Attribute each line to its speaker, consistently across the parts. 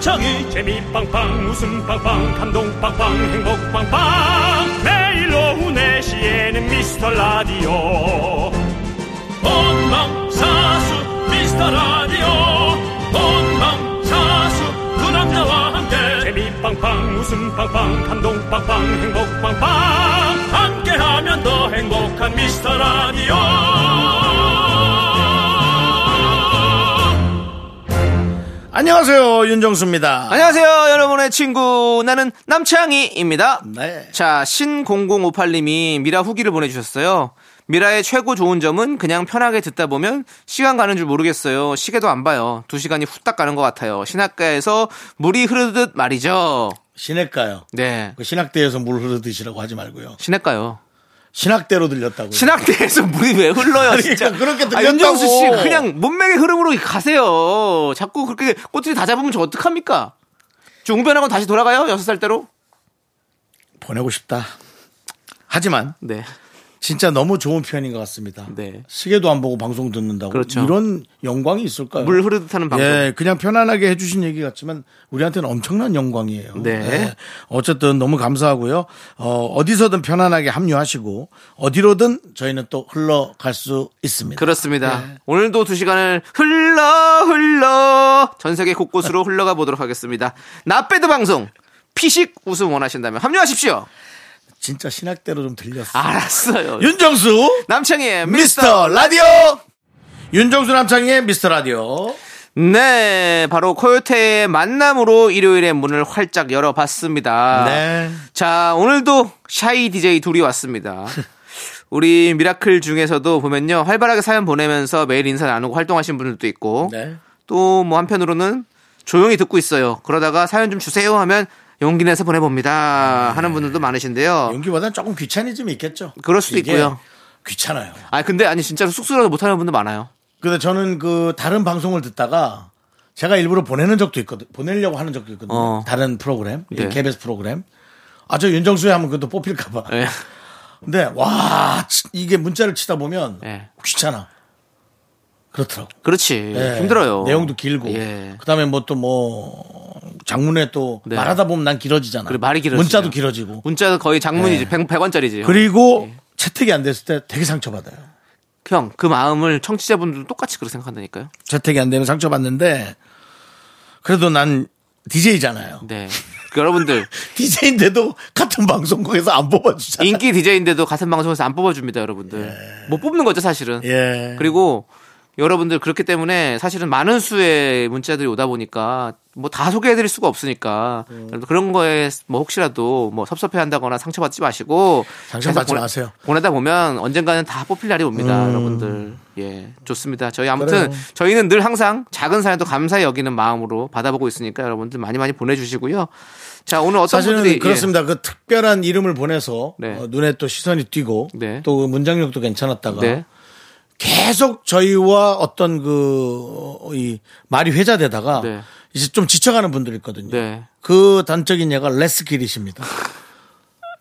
Speaker 1: 척
Speaker 2: 재미 빵빵 웃음 빵빵 감동 빵빵 행복 빵빵 매일 오후 4시에는 미스터 라디오 본방사수 미스터 라디오 본방사수 그 남자와 함께 재미 빵빵 웃음 빵빵 감동 빵빵 행복 빵빵 함께하면 더 행복한 미스터 라디오
Speaker 1: 안녕하세요 윤정수입니다
Speaker 3: 안녕하세요, 여러분의 친구. 나는 남창희입니다.
Speaker 1: 네.
Speaker 3: 자, 신0058님이 미라 후기를 보내주셨어요. 미라의 최고 좋은 점은 그냥 편하게 듣다 보면 시간 가는 줄 모르겠어요. 시계도 안 봐요. 두 시간이 후딱 가는 것 같아요. 신학가에서 물이 흐르듯 말이죠.
Speaker 1: 신학가요
Speaker 3: 네.
Speaker 1: 그 신학대에서 물 흐르듯이라고 하지 말고요
Speaker 3: 신학가요.
Speaker 1: 신학대로 들렸다고요
Speaker 3: 신학대에서 물이 왜 흘러요,
Speaker 1: 아니,
Speaker 3: 진짜.
Speaker 1: 그러니까 그렇게
Speaker 3: 아,
Speaker 1: 들렸다고.
Speaker 3: 윤정수 씨, 그냥 몸매의 흐름으로 가세요. 자꾸 그렇게 꼬투리 다 잡으면 저 어떡합니까? 저 웅변학원 다시 돌아가요? 여섯 살 때로?
Speaker 1: 보내고 싶다 하지만
Speaker 3: 네.
Speaker 1: 진짜 너무 좋은 표현인 것 같습니다
Speaker 3: 네.
Speaker 1: 시계도 안 보고 방송 듣는다고
Speaker 3: 그렇죠.
Speaker 1: 이런 영광이 있을까요
Speaker 3: 물 흐르듯 하는 방송.
Speaker 1: 예, 그냥 편안하게 해주신 얘기 같지만 우리한테는 엄청난 영광이에요. 예.
Speaker 3: 네.
Speaker 1: 어쨌든 너무 감사하고요. 어, 어디서든 편안하게 합류하시고 어디로든 저희는 또 흘러갈 수 있습니다.
Speaker 3: 그렇습니다.
Speaker 1: 네.
Speaker 3: 오늘도 두 시간을 흘러 흘러 전 세계 곳곳으로 흘러가 보도록 하겠습니다. 나빼드 방송 피식 웃음 원하신다면 합류하십시오.
Speaker 1: 진짜 신학대로 좀 들렸어.
Speaker 3: 알았어요.
Speaker 1: 윤정수
Speaker 3: 남창희의 미스터.
Speaker 1: 미스터 라디오. 윤정수 남창의 미스터 라디오.
Speaker 3: 네, 바로 코요태의 만남으로 일요일에 문을 활짝 열어봤습니다.
Speaker 1: 네.
Speaker 3: 자, 오늘도 샤이 DJ 둘이 왔습니다. 우리 미라클 중에서도 보면요. 활발하게 사연 보내면서 매일 인사 나누고 활동하신 분들도 있고
Speaker 1: 네.
Speaker 3: 또 뭐 한편으로는 조용히 듣고 있어요. 그러다가 사연 좀 주세요 하면 용기 내서 보내봅니다. 하는 분들도 많으신데요.
Speaker 1: 어, 연기보다는 조금 귀차니즘이 있겠죠.
Speaker 3: 그럴 수도
Speaker 1: 이게
Speaker 3: 있고요.
Speaker 1: 귀찮아요.
Speaker 3: 아 근데 아니 진짜로 쑥스러워서 못하는 분도 많아요.
Speaker 1: 근데 저는 그 다른 방송을 듣다가 제가 일부러 보내는 적도 있거든. 보내려고 하는 적도 있거든요.
Speaker 3: 어.
Speaker 1: 다른 프로그램, 이
Speaker 3: 네.
Speaker 1: KBS 프로그램. 아, 저 윤정수에 하면 그것도 뽑힐까봐.
Speaker 3: 예.
Speaker 1: 근데 와, 치- 이게 문자를 치다 보면
Speaker 3: 예.
Speaker 1: 귀찮아. 그렇더라고.
Speaker 3: 그렇지
Speaker 1: 예.
Speaker 3: 힘들어요.
Speaker 1: 내용도 길고.
Speaker 3: 예.
Speaker 1: 그다음에 뭐 또 뭐 장문에 또
Speaker 3: 네.
Speaker 1: 말하다 보면 난 길어지잖아.
Speaker 3: 그리고 말이 길어지죠.
Speaker 1: 문자도 길어지고.
Speaker 3: 문자 거의 장문이지
Speaker 1: 예.
Speaker 3: 100, 100원짜리지.
Speaker 1: 그리고
Speaker 3: 예.
Speaker 1: 채택이 안 됐을 때 되게 상처받아요.
Speaker 3: 형, 그 마음을 청취자분들도 똑같이 그렇게 생각한다니까요.
Speaker 1: 채택이 안 되면 상처받는데 그래도 난 DJ잖아요.
Speaker 3: 네. 그 여러분들
Speaker 1: DJ인데도 같은 방송국에서 안 뽑아주잖아.
Speaker 3: 인기 DJ인데도 같은 방송에서 안 뽑아줍니다, 여러분들. 못 뽑는 거죠, 사실은.
Speaker 1: 예.
Speaker 3: 네. 그리고 여러분들 그렇기 때문에 사실은 많은 수의 문자들이 오다 보니까 뭐 다 소개해드릴 수가 없으니까
Speaker 1: 음.
Speaker 3: 여러분들 그런 거에 뭐 혹시라도 뭐 섭섭해한다거나 상처받지 마시고
Speaker 1: 상처받지
Speaker 3: 계속 보내-
Speaker 1: 마세요. 음.
Speaker 3: 보내다 보면 언젠가는 다 뽑힐 날이 옵니다, 여러분들. 예, 좋습니다. 저희 아무튼
Speaker 1: 그래요.
Speaker 3: 저희는 늘 항상 작은 사연도 감사히 여기는 마음으로 받아보고 있으니까 여러분들 많이 많이 보내주시고요. 자, 오늘 어떤
Speaker 1: 사실은
Speaker 3: 분들이 예.
Speaker 1: 그렇습니다. 그 특별한 이름을 보내서
Speaker 3: 네.
Speaker 1: 어, 눈에 또 시선이 띄고
Speaker 3: 네.
Speaker 1: 또그 문장력도 괜찮았다가
Speaker 3: 네.
Speaker 1: 계속 저희와 어떤 그이 말이 회자되다가
Speaker 3: 네.
Speaker 1: 이제 좀 지쳐가는 분들 있거든요.
Speaker 3: 네.
Speaker 1: 그 단적인 예가 레스 기릿입니다.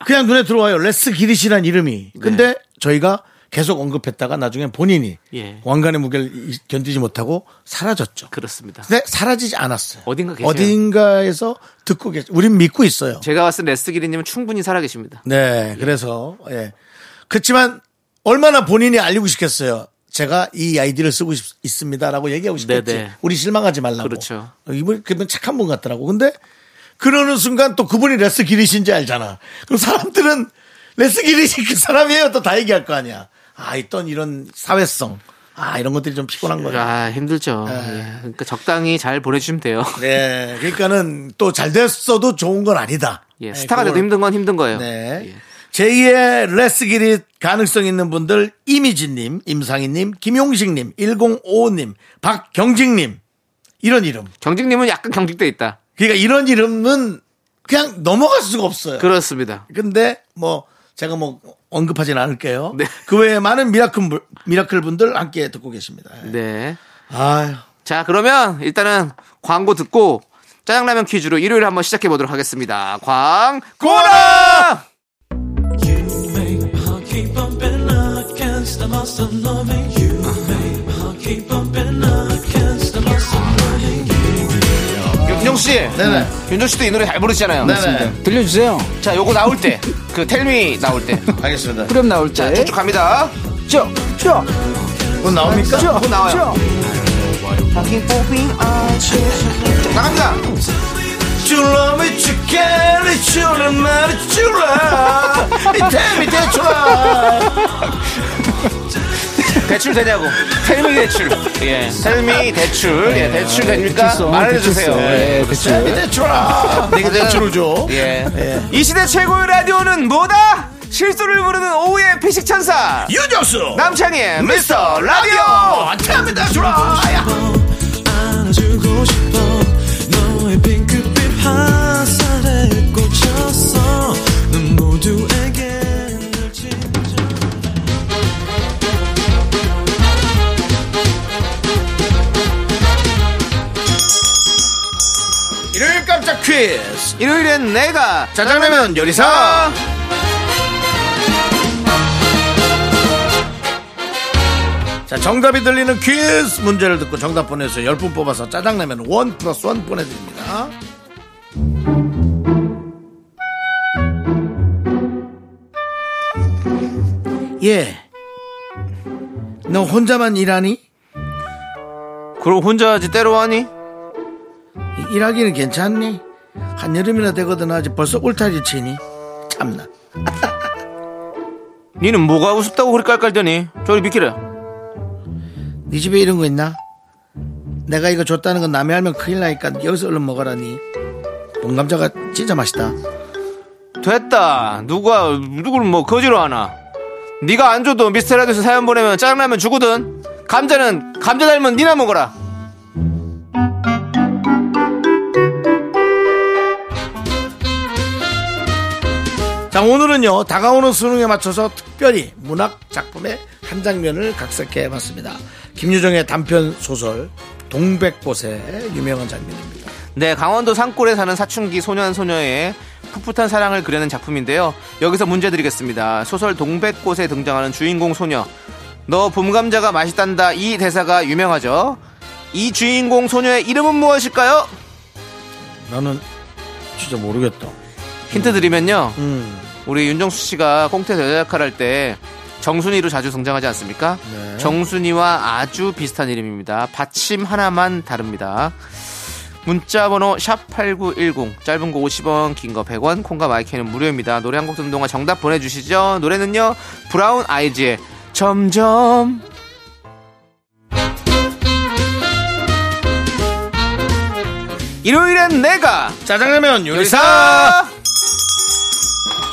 Speaker 1: 그냥 눈에 들어와요. 레스 기릿이란 이름이.
Speaker 3: 네.
Speaker 1: 근데 저희가 계속 언급했다가 나중에 본인이
Speaker 3: 예.
Speaker 1: 왕관의 무게를 이- 견디지 못하고 사라졌죠.
Speaker 3: 그렇습니다.
Speaker 1: 근데 사라지지 않았어요.
Speaker 3: 어딘가 계세요.
Speaker 1: 에서 듣고 계세요. 우린 믿고 있어요.
Speaker 3: 제가 봤을 때 레스기리님은 충분히 살아계십니다.
Speaker 1: 네, 그래서 예. 그렇지만 얼마나 본인이 알리고 싶겠어요. 제가 이 아이디를 쓰고 싶, 있습니다라고 얘기하고 싶겠지.
Speaker 3: 네네.
Speaker 1: 우리 실망하지 말라고.
Speaker 3: 그렇죠.
Speaker 1: 이분 그분 착한 분 같더라고. 근데 그러는 순간 또 그분이 레스 기리신지 알잖아. 그럼 사람들은 레스 기리신 그 사람이에요. 또 다 얘기할 거 아니야. 아, 있던 이런 사회성. 아, 이런 것들이 좀 피곤한 거죠.
Speaker 3: 아 힘들죠. 예. 그러니까 적당히 잘 보내주시면 돼요.
Speaker 1: 네, 그러니까는 또 잘 됐어도 좋은 건 아니다.
Speaker 3: 예,
Speaker 1: 네,
Speaker 3: 스타가
Speaker 1: 그걸-
Speaker 3: 돼도 힘든 건 힘든 거예요.
Speaker 1: 네.
Speaker 3: 예.
Speaker 1: 제2의 레스기릿 가능성 있는 분들 이미진님, 임상희님, 김용식님, 1055님, 박경직님 이런 이름.
Speaker 3: 경직님은 약간 경직돼 있다.
Speaker 1: 그러니까 이런 이름은 그냥 넘어갈 수가 없어요.
Speaker 3: 그렇습니다.
Speaker 1: 근데 뭐 제가 뭐 언급하진 않을게요.
Speaker 3: 네.
Speaker 1: 그 외에 많은 미라클 분- 미라클 분들 함께 듣고 계십니다. 예.
Speaker 3: 네.
Speaker 1: 아유.
Speaker 3: 자 그러면 일단은 광고 듣고 짜장라면 퀴즈로 일요일 한번 시작해 보도록 하겠습니다. 광고라.
Speaker 1: 윤정수
Speaker 3: 씨.
Speaker 1: 네네.
Speaker 3: 윤정 씨도 이 노래 잘 부르시잖아요.
Speaker 1: 네네.
Speaker 4: 들려주세요.
Speaker 3: 자, 요거 나올 때. 그 텔미 나올 때.
Speaker 1: 알겠습니다.
Speaker 4: 그럼 나올 때.
Speaker 3: 자, 쭉쭉 갑니다.
Speaker 4: 쭉, 쭉,
Speaker 1: 곧 나옵니까?
Speaker 4: 쭉,
Speaker 3: 뭐 나와요? 자, 나갑니다.
Speaker 1: You love me, you care, you love me, you love me. Tell me that you love.
Speaker 3: 대출 되냐고. 텔미 대출. 예. 텔미 대출. 예, 대출 됩니까? 말해주세요. 예.
Speaker 4: 예,
Speaker 1: Tell me
Speaker 4: 그렇죠.
Speaker 1: that you love. 내가 대출을 줘.
Speaker 3: 예. 이 시대 최고의 라디오는 뭐다? 실수를 부르는 오후의 피식천사.
Speaker 1: 유정수
Speaker 3: 남창희의
Speaker 1: 미스터 라디오. Tell me that you love.
Speaker 5: 안아주고 싶어 너의 핑크빛 화살에 꽂혔어 넌 모두에게 늘 진정
Speaker 1: 일요일 깜짝 퀴즈.
Speaker 3: 일요일엔 내가
Speaker 1: 짜장라면 요리사. 자, 정답이 들리는 퀴즈 문제를 듣고 정답 보내서 10분 뽑아서 짜장라면 원 플러스 원 보내드립니다. 예. 너 혼자만 일하니?
Speaker 3: 그럼 혼자 하지 때로 하니?
Speaker 1: 일하기는 괜찮니? 한여름이나 되거든 아직 벌써 울타리 치니? 참나.
Speaker 3: 니는 뭐가 우습다고 그리 깔깔대니? 저리 비키래.
Speaker 1: 네 집에 이런 거 있나? 내가 이거 줬다는 건 남이 알면 큰일 나니까 여기서 얼른 먹어라니. 봉감자가 진짜 맛있다.
Speaker 3: 됐다. 누가 누구를 뭐 거지로 하나? 네가 안 줘도 미스터라디오에서 사연 보내면 짜장라면 주거든. 감자는 감자 닮은 니나 먹어라.
Speaker 1: 자 오늘은요 다가오는 수능에 맞춰서 특별히 문학 작품의 한 장면을 각색해봤습니다. 김유정의 단편 소설 동백꽃의 유명한 장면입니다.
Speaker 3: 네, 강원도 산골에 사는 사춘기 소년 소녀의 풋풋한 사랑을 그려낸 작품인데요. 여기서 문제 드리겠습니다. 소설 동백꽃에 등장하는 주인공 소녀. 너 봄감자가 맛있단다. 이 대사가 유명하죠. 이 주인공 소녀의 이름은 무엇일까요?
Speaker 1: 나는 진짜 모르겠다.
Speaker 3: 힌트 드리면요.
Speaker 1: 음,
Speaker 3: 우리 윤정수 씨가 꽁태 대작할 할 때 정순이로 자주 등장하지 않습니까?
Speaker 1: 네.
Speaker 3: 정순이와 아주 비슷한 이름입니다. 받침 하나만 다릅니다. 문자 번호 샵8910 짧은 거 50원 긴 거 100원 콩과 마이크는 무료입니다. 노래 한 곡 듣는 동안 정답 보내주시죠. 노래는요. 브라운 아이즈의 점점 일요일엔 내가
Speaker 1: 짜장라면 요리사.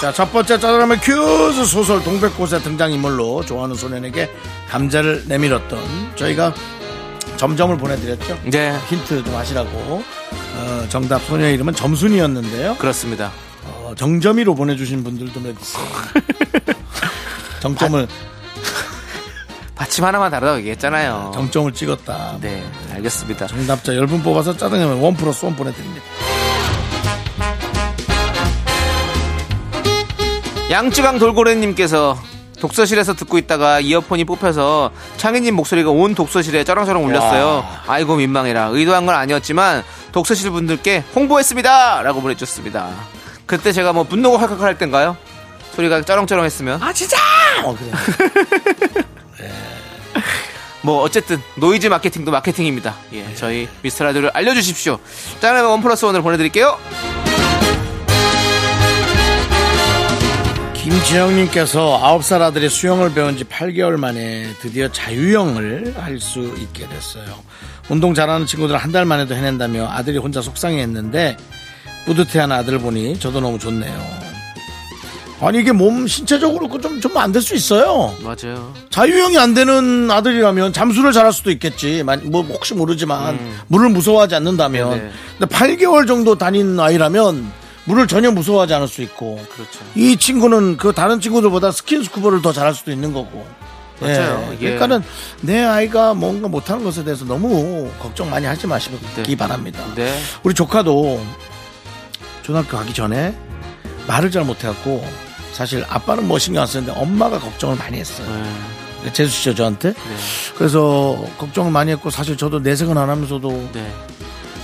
Speaker 1: 자 첫 번째 짜장라면 큐즈 소설 동백꽃의 등장인물로 좋아하는 소년에게 감자를 내밀었던 저희가 점점을 보내드렸죠.
Speaker 3: 네
Speaker 1: 힌트 좀 하시라고. 어, 정답 소녀 이름은 점순이었는데요.
Speaker 3: 그렇습니다.
Speaker 1: 어, 정점이로 보내주신 분들도 몇 있어요. 정점을
Speaker 3: 받침 하나만 다르다고 얘기했잖아요.
Speaker 1: 정점을 찍었다.
Speaker 3: 어. 네, 알겠습니다.
Speaker 1: 정답자 10분 뽑아서 짜장라면 원 플러스 원 보내드립니다.
Speaker 3: 양쯔강 돌고래님께서 독서실에서 듣고 있다가 이어폰이 뽑혀서 창희님 목소리가 온 독서실에 쩌렁쩌렁 울렸어요. 아이고 민망해라. 의도한 건 아니었지만 독서실 분들께 홍보했습니다. 라고 보내주셨습니다. 그때 제가 뭐 분노가 칼칼 할 땐가요? 소리가 쩌렁쩌렁 했으면. 아, 진짜! 뭐 어쨌든 노이즈 마케팅도 마케팅입니다. 예, 저희 미스터라디오를 알려주십시오. 짜장라면 원 플러스 원을 보내드릴게요.
Speaker 1: 김지영님께서 9살 아들이 수영을 배운 지 8개월 만에 드디어 자유형을 할 수 있게 됐어요. 운동 잘하는 친구들 한 달 만에도 해낸다며 아들이 혼자 속상해 했는데 뿌듯해하는 아들 보니 저도 너무 좋네요. 아니 이게 몸 신체적으로 그 좀 좀 안 될 수 있어요.
Speaker 3: 맞아요.
Speaker 1: 자유형이 안 되는 아들이라면 잠수를 잘할 수도 있겠지. 만- 뭐 혹시 모르지만 물을 무서워하지 않는다면.
Speaker 3: 네네.
Speaker 1: 근데 8개월 정도 다닌 아이라면 물을 전혀 무서워하지 않을 수 있고.
Speaker 3: 그렇죠.
Speaker 1: 이 친구는 그 다른 친구들보다 스킨스쿠버를 더 잘할 수도 있는 거고.
Speaker 3: 맞아요.
Speaker 1: 예.
Speaker 3: 예.
Speaker 1: 그러니까는 내 아이가 뭔가 못하는 것에 대해서 너무 걱정 많이 하지 마시기
Speaker 3: 네.
Speaker 1: 바랍니다.
Speaker 3: 네.
Speaker 1: 우리 조카도 초등학교 가기 전에 말을 잘 못해갖고 사실 아빠는 뭐 신경 안 쓰는데 엄마가 걱정을 많이 했어요.
Speaker 3: 네,
Speaker 1: 재수 씨죠 저한테. 그래서 걱정을 많이 했고 사실 저도 내색은 안 하면서도
Speaker 3: 네.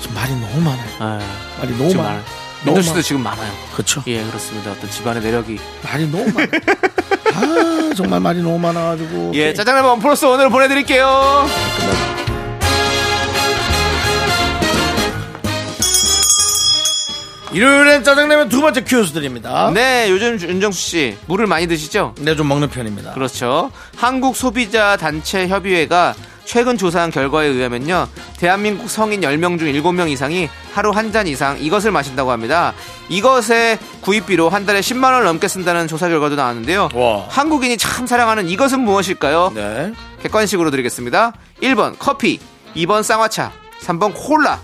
Speaker 1: 지금 말이 너무 많아요.
Speaker 3: 예.
Speaker 1: 말이 너무
Speaker 3: 지금
Speaker 1: 많아요.
Speaker 3: 많아요.
Speaker 1: 너무
Speaker 3: 민도 씨도
Speaker 1: 많아요.
Speaker 3: 지금 많아요.
Speaker 1: 그렇죠.
Speaker 3: 예, 그렇습니다. 어떤 집안의 매력이.
Speaker 1: 말이 너무 많아. 아 정말 말이 너무 많아가지고.
Speaker 3: 예, 짜장라면 원 플러스 오늘 보내드릴게요.
Speaker 1: 일요일엔 짜장라면 두 번째 큐스 드립니다. 네.
Speaker 3: 네, 요즘 윤정수 씨 물을 많이 드시죠?
Speaker 1: 좀 먹는 편입니다.
Speaker 3: 그렇죠. 한국 소비자 단체 협의회가 최근 조사한 결과에 의하면요. 대한민국 성인 10명 중 7명 이상이 하루 한 잔 이상 이것을 마신다고 합니다. 이것의 구입비로 한 달에 10만 원 넘게 쓴다는 조사 결과도 나왔는데요.
Speaker 1: 와.
Speaker 3: 한국인이 참 사랑하는 이것은 무엇일까요?
Speaker 1: 네.
Speaker 3: 객관식으로 드리겠습니다. 1번 커피, 2번 쌍화차, 3번 콜라.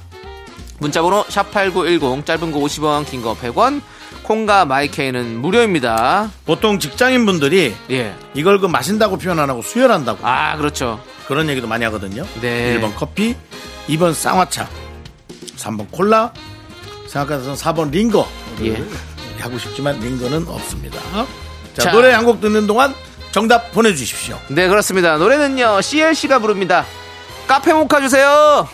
Speaker 3: 문자번호 샵8910 짧은 거 50원, 긴 거 100원. 콩과 마이케이는 무료입니다.
Speaker 1: 보통 직장인분들이
Speaker 3: 예.
Speaker 1: 이걸 그 마신다고 표현 안 하고 수혈한다고
Speaker 3: 아, 그렇죠.
Speaker 1: 그런 얘기도 많이 하거든요.
Speaker 3: 네.
Speaker 1: 1번 커피, 2번 쌍화차, 3번 콜라, 생각해서 4번 링거. 네,
Speaker 3: 예.
Speaker 1: 하고 싶지만 링거는 없습니다. 어? 자,
Speaker 3: 자.
Speaker 1: 노래 한 곡 듣는 동안 정답 보내주십시오.
Speaker 3: 네, 그렇습니다. 노래는요. CLC가 부릅니다. 카페 모카 주세요.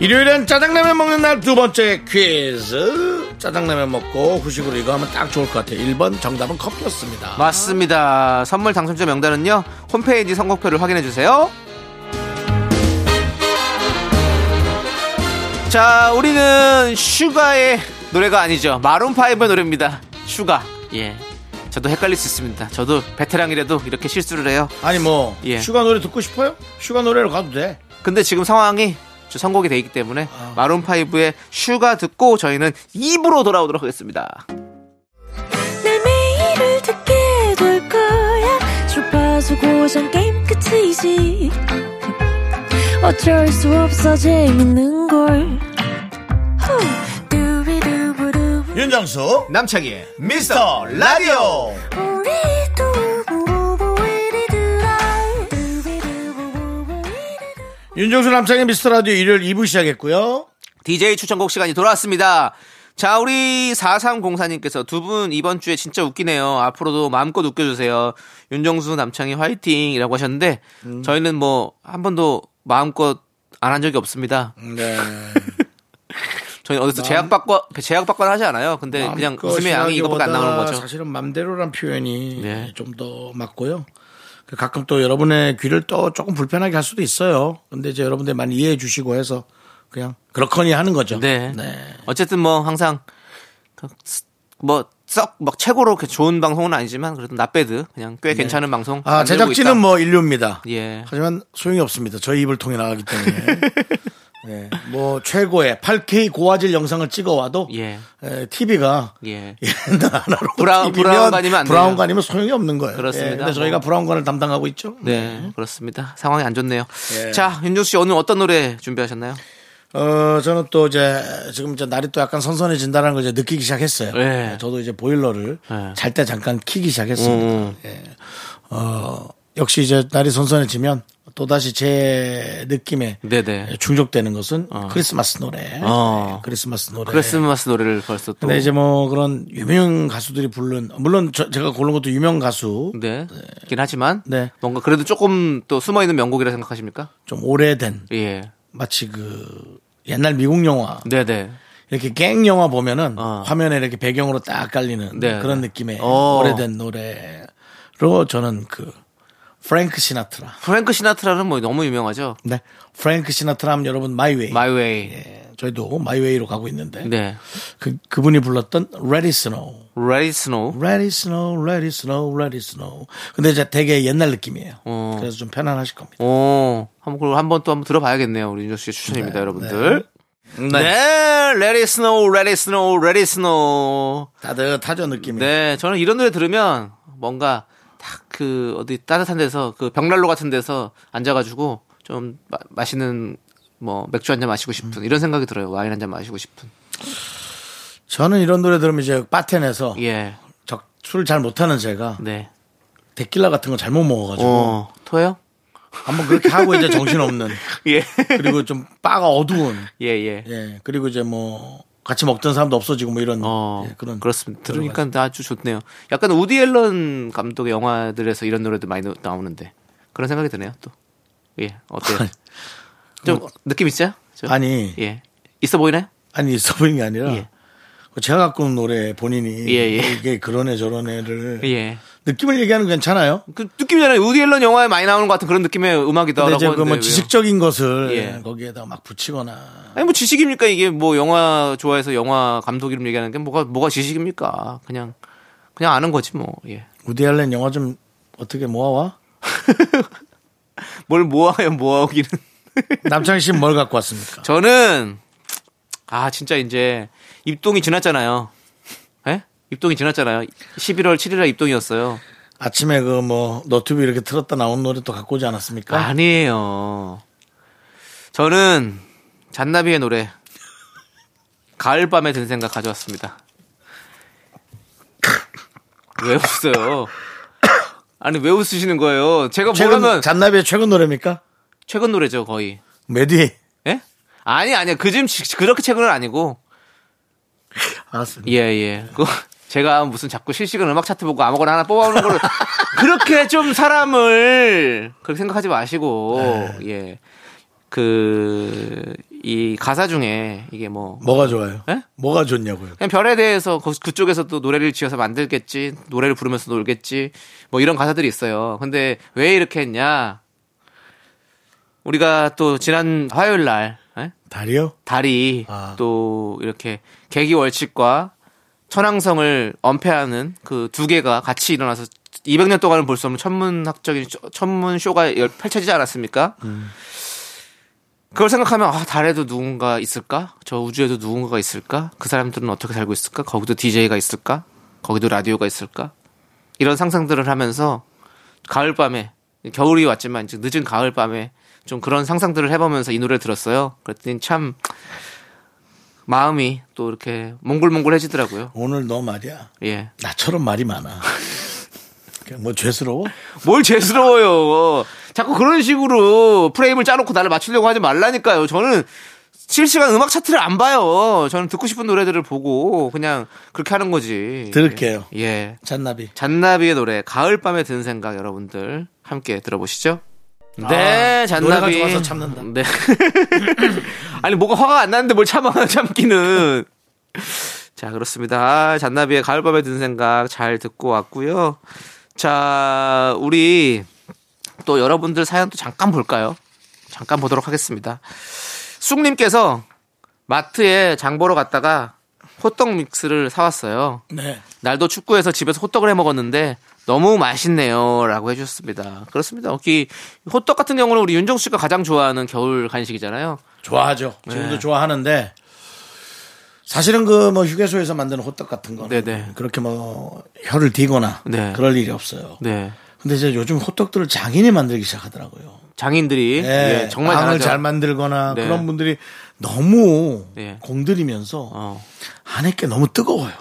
Speaker 1: 일요일엔 짜장라면 먹는 날 두 번째 퀴즈. 짜장라면 먹고 후식으로 이거 하면 딱 좋을 것 같아요. 1번 정답은 커피였습니다.
Speaker 3: 맞습니다. 선물 당첨자 명단은요. 홈페이지 선곡표를 확인해 주세요. 자, 우리는 슈가의 노래가 아니죠. 마룬파이브의 노래입니다. 슈가. 예. 저도 헷갈릴 수 있습니다. 저도 베테랑이라도 이렇게 실수를 해요.
Speaker 1: 아니 뭐
Speaker 3: 예.
Speaker 1: 슈가 노래 듣고 싶어요? 슈가 노래로 가도 돼.
Speaker 3: 근데 지금 상황이 저 선곡이 돼 있기 때문에 마룬파이브의 슈가 듣고 저희는 2부로 돌아오도록 하겠습니다.
Speaker 4: 날 매일을 듣게 될 거야 주파수 고정 게임 끝이지 어쩔 수 없어 재밌는걸 후. 두비두부두.
Speaker 1: 윤정수 남창희 미스터 라디오.
Speaker 4: 우리 두부부부 이리들아. 두비두부부부 이리들아.
Speaker 1: 윤정수 남창희 미스터 라디오 일요일 2부 시작했고요.
Speaker 3: DJ 추천곡 시간이 돌아왔습니다. 자, 우리 4304님께서 두 분 이번 주에 진짜 웃기네요. 앞으로도 마음껏 웃겨주세요. 윤정수 남창희 화이팅! 이라고 하셨는데,
Speaker 1: 음.
Speaker 3: 저희는 뭐, 한 번도 마음껏 안 한 적이 없습니다.
Speaker 1: 네.
Speaker 3: 저희 어디서 제약받고, 제약받거나 하지 않아요. 근데 네, 그냥
Speaker 1: 마음껏
Speaker 3: 웃음의 양이 이거밖에 안 나오는 거죠.
Speaker 1: 사실은 맘대로란 표현이
Speaker 3: 네.
Speaker 1: 좀 더 맞고요. 그 가끔 또 여러분의 귀를 또 조금 불편하게 할 수도 있어요. 근데 이제 여러분들 많이 이해해 주시고 해서 그냥 그렇거니 하는 거죠.
Speaker 3: 네. 어쨌든 뭐, 항상, 그 스- 뭐, 썩, 막 최고로 이렇게 좋은 방송은 아니지만, 그래도 나배드. 그냥 꽤 괜찮은 방송.
Speaker 1: 아,
Speaker 3: 만들고 있다.
Speaker 1: 제작진은 뭐 인류입니다.
Speaker 3: 예.
Speaker 1: 하지만 소용이 없습니다. 저희 입을 통해 나가기 때문에. 네. 뭐 최고의 8K 고화질 영상을 찍어와도
Speaker 3: 예.
Speaker 1: TV가
Speaker 3: 예.
Speaker 1: 옛날 하나로 TV면
Speaker 3: 브라운- 브라운관이면 안 돼요.
Speaker 1: 브라운관이면 소용이 없는 거예요.
Speaker 3: 그렇습니다.
Speaker 1: 예, 근데 저희가 브라운관을 담당하고 있죠.
Speaker 3: 네, 그렇습니다. 상황이 안 좋네요.
Speaker 1: 예.
Speaker 3: 자, 윤종 씨 오늘 어떤 노래 준비하셨나요?
Speaker 1: 어, 저는 또 이제 지금 이제 날이 또 약간 선선해진다는 걸 이제 느끼기 시작했어요.
Speaker 3: 예.
Speaker 1: 저도 이제 보일러를
Speaker 3: 예. 음,
Speaker 1: 잘 때 잠깐 키기 시작했습니다. 예. 어, 역시 이제 날이 선선해지면 또다시 제 느낌에
Speaker 3: 네네.
Speaker 1: 충족되는 것은 크리스마스 노래.
Speaker 3: 어.
Speaker 1: 예, 크리스마스 노래.
Speaker 3: 크리스마스 노래를 벌써 또.
Speaker 1: 근데 이제 뭐 그런 유명 가수들이 부른 물론 저- 제가 고른 것도 유명 가수
Speaker 3: 네. 긴 하지만
Speaker 1: 네.
Speaker 3: 뭔가 그래도 조금 또 숨어 있는 명곡이라 생각하십니까?
Speaker 1: 좀 오래된
Speaker 3: 예.
Speaker 1: 마치 그 옛날 미국 영화
Speaker 3: 네네.
Speaker 1: 이렇게 갱 영화 보면은
Speaker 3: 어.
Speaker 1: 화면에 이렇게 배경으로 딱 깔리는
Speaker 3: 네.
Speaker 1: 그런 느낌의
Speaker 3: 어.
Speaker 1: 오래된 노래로 저는 그 프랭크 시나트라
Speaker 3: 프랭크 시나트라는 뭐 너무 유명하죠.
Speaker 1: 네 프랭크 시나트라 하면 여러분 마이웨이
Speaker 3: 마이웨이.
Speaker 1: 예, 저희도 마이웨이로 가고 있는데
Speaker 3: 네.
Speaker 1: 그, 그분이 불렀던 Ready Snow
Speaker 3: 레디 스노우.
Speaker 1: Ready Snow Ready Snow Ready Snow 근데 이제 되게 옛날 느낌이에요
Speaker 3: 어.
Speaker 1: 그래서 좀 편안하실 겁니다
Speaker 3: 오, 한번 한번 또 한번 들어봐야겠네요. 우리 윤종 씨의 추천입니다, 여러분들. 네. 레디 스노우, 레디 스노우, 레디 스노우.
Speaker 1: 따뜻하죠 느낌이
Speaker 3: 네, 저는 이런 노래 들으면 뭔가 딱 그 어디 따뜻한 데서 그 벽난로 같은 데서 앉아가지고 좀 마- 맛있는 뭐 맥주 한 잔 마시고 싶은 이런 생각이 들어요. 와인 한 잔 마시고 싶은.
Speaker 1: 저는 이런 노래 들으면 이제 바텐에서
Speaker 3: 예,
Speaker 1: 술 잘 못하는 제가
Speaker 3: 네.
Speaker 1: 데킬라 같은 거 잘못 먹어가지고
Speaker 3: 어, 토해요?
Speaker 1: 한번 그렇게 하고 이제 정신없는
Speaker 3: 예,
Speaker 1: 그리고 좀 바가 어두운
Speaker 3: 예, 예.
Speaker 1: 예 그리고 이제 뭐 같이 먹던 사람도 없어지고 뭐 이런
Speaker 3: 어,
Speaker 1: 예,
Speaker 3: 그런
Speaker 1: 그런
Speaker 3: 그렇습니다. 들으니까 다 아주 좋네요. 약간 우디 앨런 감독의 영화들에서 이런 노래도 많이 나오는데 그런 생각이 드네요. 또 예, 어때요? 좀 느낌 있어요? 좀?
Speaker 1: 뭐 아니,
Speaker 3: 예. 있어 보이나요?
Speaker 1: 아니, 있어 보이는 게 아니라, 그
Speaker 3: 예.
Speaker 1: 제가 갖고 온 노래 본인이
Speaker 3: 예, 예.
Speaker 1: 이게 그러네 저러네를
Speaker 3: 예.
Speaker 1: 느낌을 얘기하는 건 괜찮아요.
Speaker 3: 그 느낌이잖아요. 우디 앨런 영화에 많이 나오는 것 같은 그런 느낌의
Speaker 1: 근데
Speaker 3: 음악이다라고
Speaker 1: 이제
Speaker 3: 하는데.
Speaker 1: 네, 그뭐
Speaker 3: 왜요?
Speaker 1: 지식적인 것을
Speaker 3: 예.
Speaker 1: 거기에다가 막 붙이거나
Speaker 3: 아니 뭐 지식입니까? 이게 뭐 영화 좋아해서 영화 감독 이름 얘기하는 게 뭐가 뭐가 지식입니까? 그냥 그냥 아는 거지 뭐. 예.
Speaker 1: 우디 알렌 영화 좀 어떻게 모아와?
Speaker 3: 뭘 모아요 모아오기는.
Speaker 1: 남창희 씨는 뭘 갖고 왔습니까?
Speaker 3: 저는 아 진짜 이제 입동이 지났잖아요. 예? 입동이 지났잖아요. 11월 7일날 입동이었어요.
Speaker 1: 아침에 그 뭐 너튜브 이렇게 틀었다 나온 노래 또 갖고 오지 않았습니까?
Speaker 3: 아니에요. 아, 저는 잔나비의 노래 가을밤에 든 생각 가져왔습니다. 왜 웃어요? 아니 왜 웃으시는 거예요? 제가
Speaker 1: 최근
Speaker 3: 모르면
Speaker 1: 잔나비의 최근 노래입니까?
Speaker 3: 최근 노래죠 거의.
Speaker 1: 메디.
Speaker 3: 예? 아니 아니야 그쯤 지- 그렇게 최근은 아니고
Speaker 1: 알았습니다.
Speaker 3: 예 예. 그 제가 무슨 자꾸 실시간 음악 차트 보고 아무거나 하나 뽑아오는 거를 그렇게 좀 사람을 그렇게 생각하지 마시고 예. 그 이 가사 중에 이게 뭐
Speaker 1: 뭐가 좋아요?
Speaker 3: 예?
Speaker 1: 뭐가 좋냐고요?
Speaker 3: 그냥 별에 대해서 거- 그쪽에서 또 노래를 지어서 만들겠지 노래를 부르면서 놀겠지 뭐 이런 가사들이 있어요 근데 왜 이렇게 했냐 우리가 또 지난 화요일 날 예?
Speaker 1: 다리요?
Speaker 3: 달이
Speaker 1: 아.
Speaker 3: 또 이렇게 계기 월칙과 천왕성을 엄폐하는 그 두 개가 같이 일어나서 200년 동안은 볼 수 없는 천문학적인 쇼- 천문 쇼가 열- 펼쳐지지 않았습니까? 그걸 생각하면 아 달에도 누군가 있을까? 저 우주에도 누군가가 있을까? 그 사람들은 어떻게 살고 있을까? 거기도 DJ가 있을까? 거기도 라디오가 있을까? 이런 상상들을 하면서 가을밤에 겨울이 왔지만 이제 늦은 가을밤에 좀 그런 상상들을 해보면서 이 노래를 들었어요. 그랬더니 참 마음이 또 이렇게 몽글몽글해지더라고요.
Speaker 1: 오늘 너 말이야.
Speaker 3: 예.
Speaker 1: 나처럼 말이 많아. 그냥 뭐 죄스러워?
Speaker 3: 뭘 죄스러워요. 자꾸 그런 식으로 프레임을 짜놓고 나를 맞추려고 하지 말라니까요. 저는 실시간 음악 차트를 안 봐요. 저는 듣고 싶은 노래들을 보고 그냥 그렇게 하는 거지.
Speaker 1: 들을게요.
Speaker 3: 예.
Speaker 1: 잔나비.
Speaker 3: 잔나비의 노래 가을밤에 든 생각 여러분들 함께 들어보시죠. 네, 잔나비.
Speaker 1: 아, 노래가 좋아서 참는다.
Speaker 3: 네. 아니 뭐가 화가 안 나는데 뭘 참아 참기는. 자 그렇습니다. 잔나비의 가을밤에 든 생각 잘 듣고 왔고요. 자 우리 또 여러분들 사연 또 잠깐 볼까요? 잠깐 보도록 하겠습니다. 쑥님께서 마트에 장 보러 갔다가 호떡 믹스를 사왔어요.
Speaker 1: 네.
Speaker 3: 날도 축구해서 집에서 호떡을 해 먹었는데 너무 맛있네요라고 해주셨습니다. 그렇습니다. 여기 호떡 같은 경우는 우리 윤정 씨가 가장 좋아하는 겨울 간식이잖아요.
Speaker 1: 좋아하죠. 지금도
Speaker 3: 네.
Speaker 1: 좋아하는데 사실은 그 뭐 휴게소에서 만드는 호떡 같은 거는
Speaker 3: 네네.
Speaker 1: 그렇게 뭐 혀를 디거나
Speaker 3: 네.
Speaker 1: 그럴 일이 없어요.
Speaker 3: 네,
Speaker 1: 근데 이제 요즘 호떡들을 장인이 만들기 시작하더라고요.
Speaker 3: 장인들이
Speaker 1: 예,
Speaker 3: 예, 정말
Speaker 1: 빵을
Speaker 3: 잘하죠.
Speaker 1: 잘 만들거나
Speaker 3: 네.
Speaker 1: 그런 분들이 너무
Speaker 3: 네.
Speaker 1: 공들이면서
Speaker 3: 어.
Speaker 1: 안에 게 너무 뜨거워요.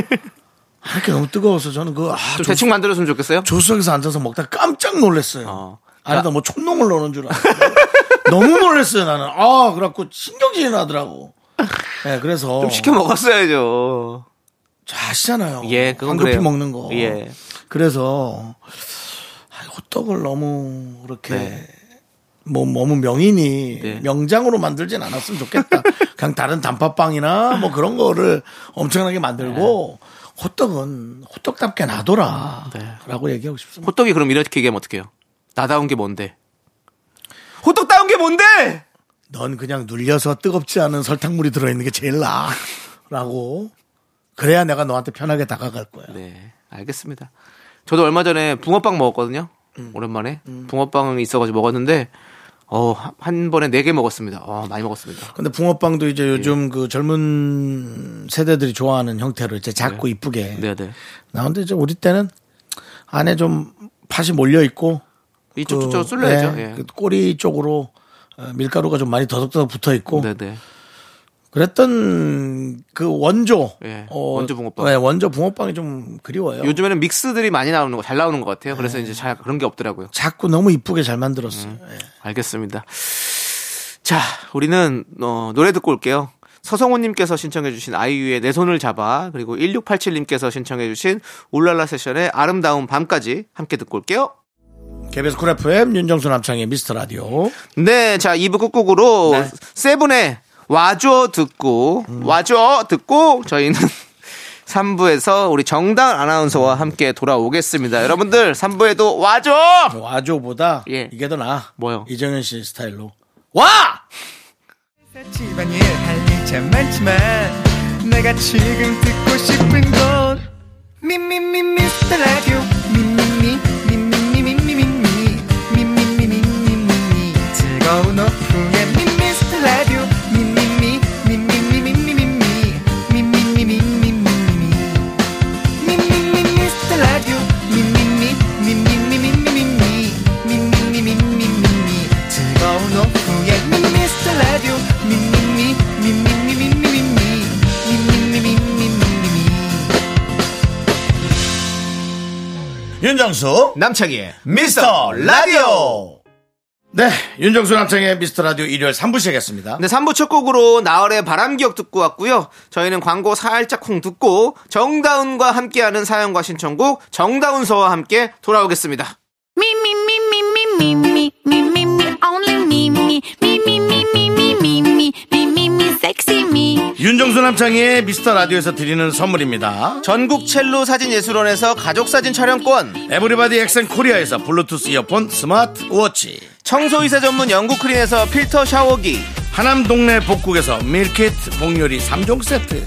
Speaker 1: 안에 게 너무 뜨거워서 저는 그 아,
Speaker 3: 좀
Speaker 1: 조-
Speaker 3: 대충 만들었으면 좋겠어요.
Speaker 1: 조수석에서 앉아서 먹다 깜짝 놀랐어요.
Speaker 3: 어.
Speaker 1: 안에다 뭐 촛농을 넣는 줄 알았어요. 너무 놀랐어요, 나는. 아, 그래갖고 신경질이 나더라고. 예, 그래서.
Speaker 3: 좀 시켜 먹었어야죠.
Speaker 1: 자, 아시잖아요.
Speaker 3: 예, 그건
Speaker 1: 한 그릇
Speaker 3: 그래요.
Speaker 1: 먹는 거.
Speaker 3: 예.
Speaker 1: 그래서 아, 호떡을 너무 그렇게 뭐 너무 명인이
Speaker 3: 네.
Speaker 1: 명장으로 만들진 않았으면 좋겠다. 그냥 다른 단팥빵이나 뭐 그런 거를 엄청나게 만들고 호떡은 호떡답게
Speaker 3: 네.
Speaker 1: 놔둬라라고 얘기하고 싶습니다.
Speaker 3: 호떡이 그럼 이렇게 얘기하면 어떡해요? 나다운 게 뭔데? 호떡 다운 게 뭔데?
Speaker 1: 넌 그냥 눌려서 뜨겁지 않은 설탕물이 들어있는 게 제일 나라고 그래야 내가 너한테 편하게 다가갈 거야.
Speaker 3: 네, 알겠습니다. 저도 얼마 전에 붕어빵 먹었거든요.
Speaker 1: 음.
Speaker 3: 오랜만에 붕어빵이 있어가지고 먹었는데 어, 한- 한 번에 네 개 먹었습니다. 어, 많이 먹었습니다.
Speaker 1: 근데 붕어빵도
Speaker 3: 예.
Speaker 1: 이제 요즘 그 젊은 세대들이 좋아하는 형태로 이제 작고 이쁘게
Speaker 3: 네, 네.
Speaker 1: 나 근데 이제 우리 때는 안에 좀 팥이 몰려 있고
Speaker 3: 이쪽 저쪽 쏠려야죠.
Speaker 1: 네,
Speaker 3: 예.
Speaker 1: 그 꼬리 쪽으로 어, 밀가루가 좀 많이 더덕더덕 붙어 있고
Speaker 3: 네, 네.
Speaker 1: 그랬던 그 원조
Speaker 3: 예, 원조 붕어빵.
Speaker 1: 네, 원조 붕어빵이 좀 그리워요.
Speaker 3: 요즘에는 믹스들이 많이 나오는 거, 잘 나오는 것 같아요. 그래서
Speaker 1: 네.
Speaker 3: 이제 잘 그런 게 없더라고요.
Speaker 1: 자꾸 너무 이쁘게 잘 만들었어요.
Speaker 3: 음.
Speaker 1: 예.
Speaker 3: 알겠습니다. 자, 우리는 어, 노래 듣고 올게요. 서성호님께서 신청해주신 아이유의 내 손을 잡아 그리고 1687님께서 신청해주신 울랄라 세션의 아름다운 밤까지 함께 듣고 올게요.
Speaker 1: KBS 쿨 FM 윤정수 남창의 미스터 라디오.
Speaker 3: 네, 자, 2부 끝곡으로 세븐의 와줘 듣고, 와줘 듣고, 저희는 3부에서 우리 정당 아나운서와 함께 돌아오겠습니다. 여러분들, 3부에도 와줘!
Speaker 1: 와줘보다
Speaker 3: 예.
Speaker 1: 이게 더 나아.
Speaker 3: 뭐요?
Speaker 1: 이정현 씨 스타일로. 와!
Speaker 6: 집안일 할일참 많지만 내가 지금 듣고 싶은 건 미미미 미스터 라디오 미미미 미미미 미미미 미미미 미미미 미미미 즐거운 오후에 미미스터 라디오 미미미 미미미 미미미 미미미 미미미 미미미
Speaker 1: 윤정수
Speaker 3: 남창희의
Speaker 1: 미스터 라디오. 네, 윤정수 남창의 미스터 라디오 일요일 3부 시작했습니다.
Speaker 3: 네, 3부 첫 곡으로 나얼의 바람기억 듣고 왔고요. 저희는 광고 살짝 콩 듣고 정다운과 함께하는 사연과 신청곡 정다운서와 함께 돌아오겠습니다.
Speaker 4: Me, me, me, me, me, me, me, me, me, me, only me, me, me, me, me, me, me, me, me, me, me, me, sexy me.
Speaker 1: 윤정수 남창의 미스터 라디오에서 드리는 선물입니다.
Speaker 3: 전국 첼로 사진 예술원에서 가족 사진 촬영권,
Speaker 1: 에브리바디 엑센 코리아에서 블루투스 이어폰 스마트 워치.
Speaker 3: 청소이사 전문 영국 크린에서 필터 샤워기,
Speaker 1: 하남 동네 복국에서 밀키트 복요리 3종 세트.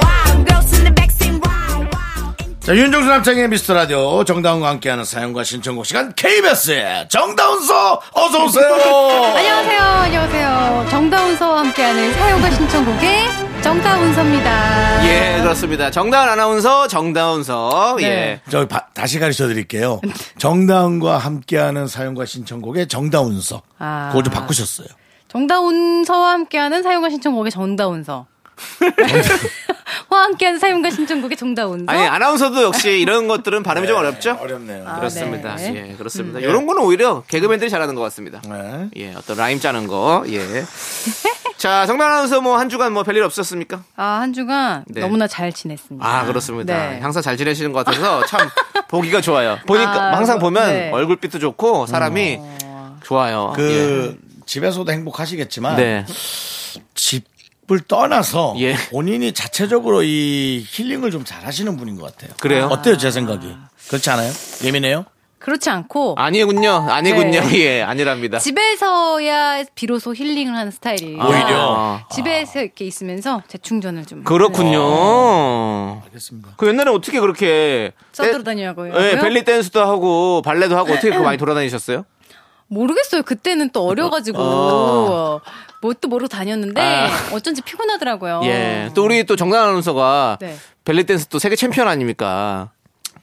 Speaker 4: wow. Girls in the back say wow, wow.
Speaker 1: 자, 윤종수 남창의 미스터 라디오 정다운과 함께하는 사연과 신청곡 시간 KBS의 정다운서 어서오세요!
Speaker 7: 안녕하세요. 안녕하세요. 정다운서와 함께하는 사연과 신청곡의 정다운서입니다.
Speaker 3: 예, 그렇습니다. 정다운 아나운서, 정다운서. 예.
Speaker 7: 네.
Speaker 1: 저 바- 다시 가르쳐 드릴게요. 정다운과 함께하는 사연과 신청곡의 정다운서.
Speaker 7: 아.
Speaker 1: 그거 좀 바꾸셨어요.
Speaker 7: 정다운서와 함께하는 사연과 신청곡의 정다운서. 와 함께하는 사연과 신청곡의 정다운서.
Speaker 3: 아니, 아나운서도 역시 이런 것들은 발음이 좀 어렵죠?
Speaker 1: 어렵네요.
Speaker 3: 아. 그렇습니다.
Speaker 7: 네.
Speaker 3: 예, 그렇습니다. 이런 거는 오히려 개그맨들이 잘하는 것 같습니다.
Speaker 1: 네.
Speaker 3: 예, 어떤 라임 짜는 거. 예. 자, 정다운 아나운서 뭐 한 주간 뭐 별일 없었습니까?
Speaker 7: 아, 한 주간
Speaker 3: 네.
Speaker 7: 너무나 잘 지냈습니다.
Speaker 3: 아, 그렇습니다.
Speaker 7: 네.
Speaker 3: 항상 잘 지내시는 것 같아서 참 보기가 좋아요. 보니까
Speaker 7: 아,
Speaker 3: 항상
Speaker 7: 뭐,
Speaker 3: 보면
Speaker 7: 네.
Speaker 3: 얼굴빛도 좋고 사람이 좋아요.
Speaker 1: 그 집에서도 행복하시겠지만
Speaker 3: 예. 네.
Speaker 1: 집을 떠나서
Speaker 3: 예.
Speaker 1: 본인이 자체적으로 이 힐링을 좀 잘하시는 분인 것 같아요.
Speaker 3: 그래요?
Speaker 1: 어때요 제 생각이? 그렇지 않아요? 예민해요?
Speaker 7: 그렇지 않고
Speaker 3: 아니군요. 아니군요.
Speaker 7: 네.
Speaker 3: 예, 아니랍니다. 아.
Speaker 7: 집에서야 비로소 힐링을 하는 스타일이
Speaker 1: 오히려.
Speaker 7: 집에서 이렇게 있으면서 재충전을 좀
Speaker 3: 그- 그렇군요.
Speaker 1: 알겠습니다.
Speaker 3: 그 옛날에 어떻게 그렇게
Speaker 7: 써들어 다니냐고요?
Speaker 3: 예,
Speaker 7: 그래요?
Speaker 3: 벨리 댄스도 하고 발레도 하고 어떻게 그 많이 돌아다니셨어요?
Speaker 7: 모르겠어요. 그때는 또 어려가지고
Speaker 3: 어.
Speaker 7: 뭣도 모르고 다녔는데
Speaker 3: 아.
Speaker 7: 어쩐지 피곤하더라고요.
Speaker 3: 예. 또 우리 또 정단 아나운서가
Speaker 7: 아. 네.
Speaker 3: 벨리 댄스 또 세계 챔피언 아닙니까?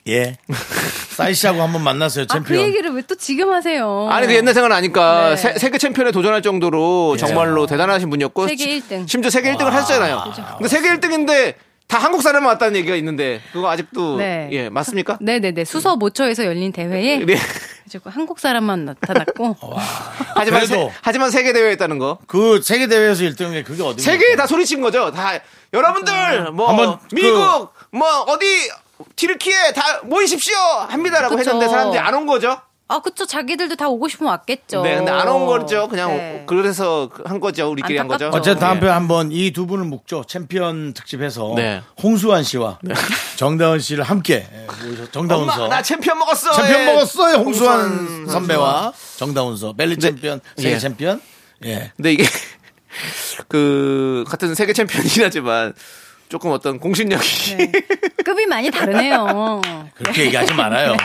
Speaker 1: 예. 싸이 씨하고 한번 만나세요
Speaker 7: 아, 그
Speaker 1: 챔피언.
Speaker 7: 얘기를 왜 또 지금 하세요?
Speaker 3: 아니 그 옛날 생각 아니까
Speaker 7: 어. 네.
Speaker 3: 세, 계 챔피언에 도전할 정도로
Speaker 1: 예.
Speaker 3: 정말로 대단하신 분이었고
Speaker 7: 세계
Speaker 3: 시-
Speaker 7: 1등.
Speaker 3: 심지어 세계 1등을 하셨잖아요. 근데 세계 1등인데 다 한국 사람 왔다는 얘기가 있는데 그거 아직도
Speaker 7: 네.
Speaker 3: 예 맞습니까?
Speaker 7: 네네네. 수서 모처에서 열린 대회에
Speaker 3: 네. 어.
Speaker 7: 그래가지고 한국 사람만 나타났고.
Speaker 3: 하지만 세,
Speaker 1: 그래도.
Speaker 3: 하지만 세계 대회에 있다는 거
Speaker 1: 그 세계 대회에서 1등이 그게 어디?
Speaker 3: 세계에 다 소리친 거죠. 다 여러분들 뭐
Speaker 1: 한번 그-
Speaker 3: 미국 뭐 어디 튀르키예 다 모이십시오 합니다라고
Speaker 7: 그쵸.
Speaker 3: 했는데 사람들이 안 온 거죠.
Speaker 7: 아 그쵸. 자기들도 다 오고 싶으면 왔겠죠.
Speaker 3: 네, 근데 안 온 거죠. 그냥
Speaker 7: 그렇죠. 네.
Speaker 3: 그래서 한 거죠. 우리끼리 한 거죠.
Speaker 7: 안타깝죠.
Speaker 1: 어쨌든
Speaker 3: 예.
Speaker 1: 다음에 한번 이 두 분을 묶죠 챔피언 특집해서
Speaker 3: 네.
Speaker 1: 홍수환 씨와 정다은 씨를 함께 예, 모셔- 정다운서
Speaker 3: 엄마 나 챔피언 먹었어.
Speaker 1: 챔피언
Speaker 3: 예.
Speaker 1: 먹었어요 홍수환
Speaker 3: 홍수환
Speaker 1: 선배와 정다운서 벨리 챔피언 세계
Speaker 3: 예.
Speaker 1: 챔피언 예
Speaker 3: 근데 이게 그 같은 세계 챔피언이긴 하지만 조금 어떤 공신력이
Speaker 7: 네.
Speaker 3: 그
Speaker 7: 급이 많이 다르네요.
Speaker 1: 그렇게 얘기하지 말아요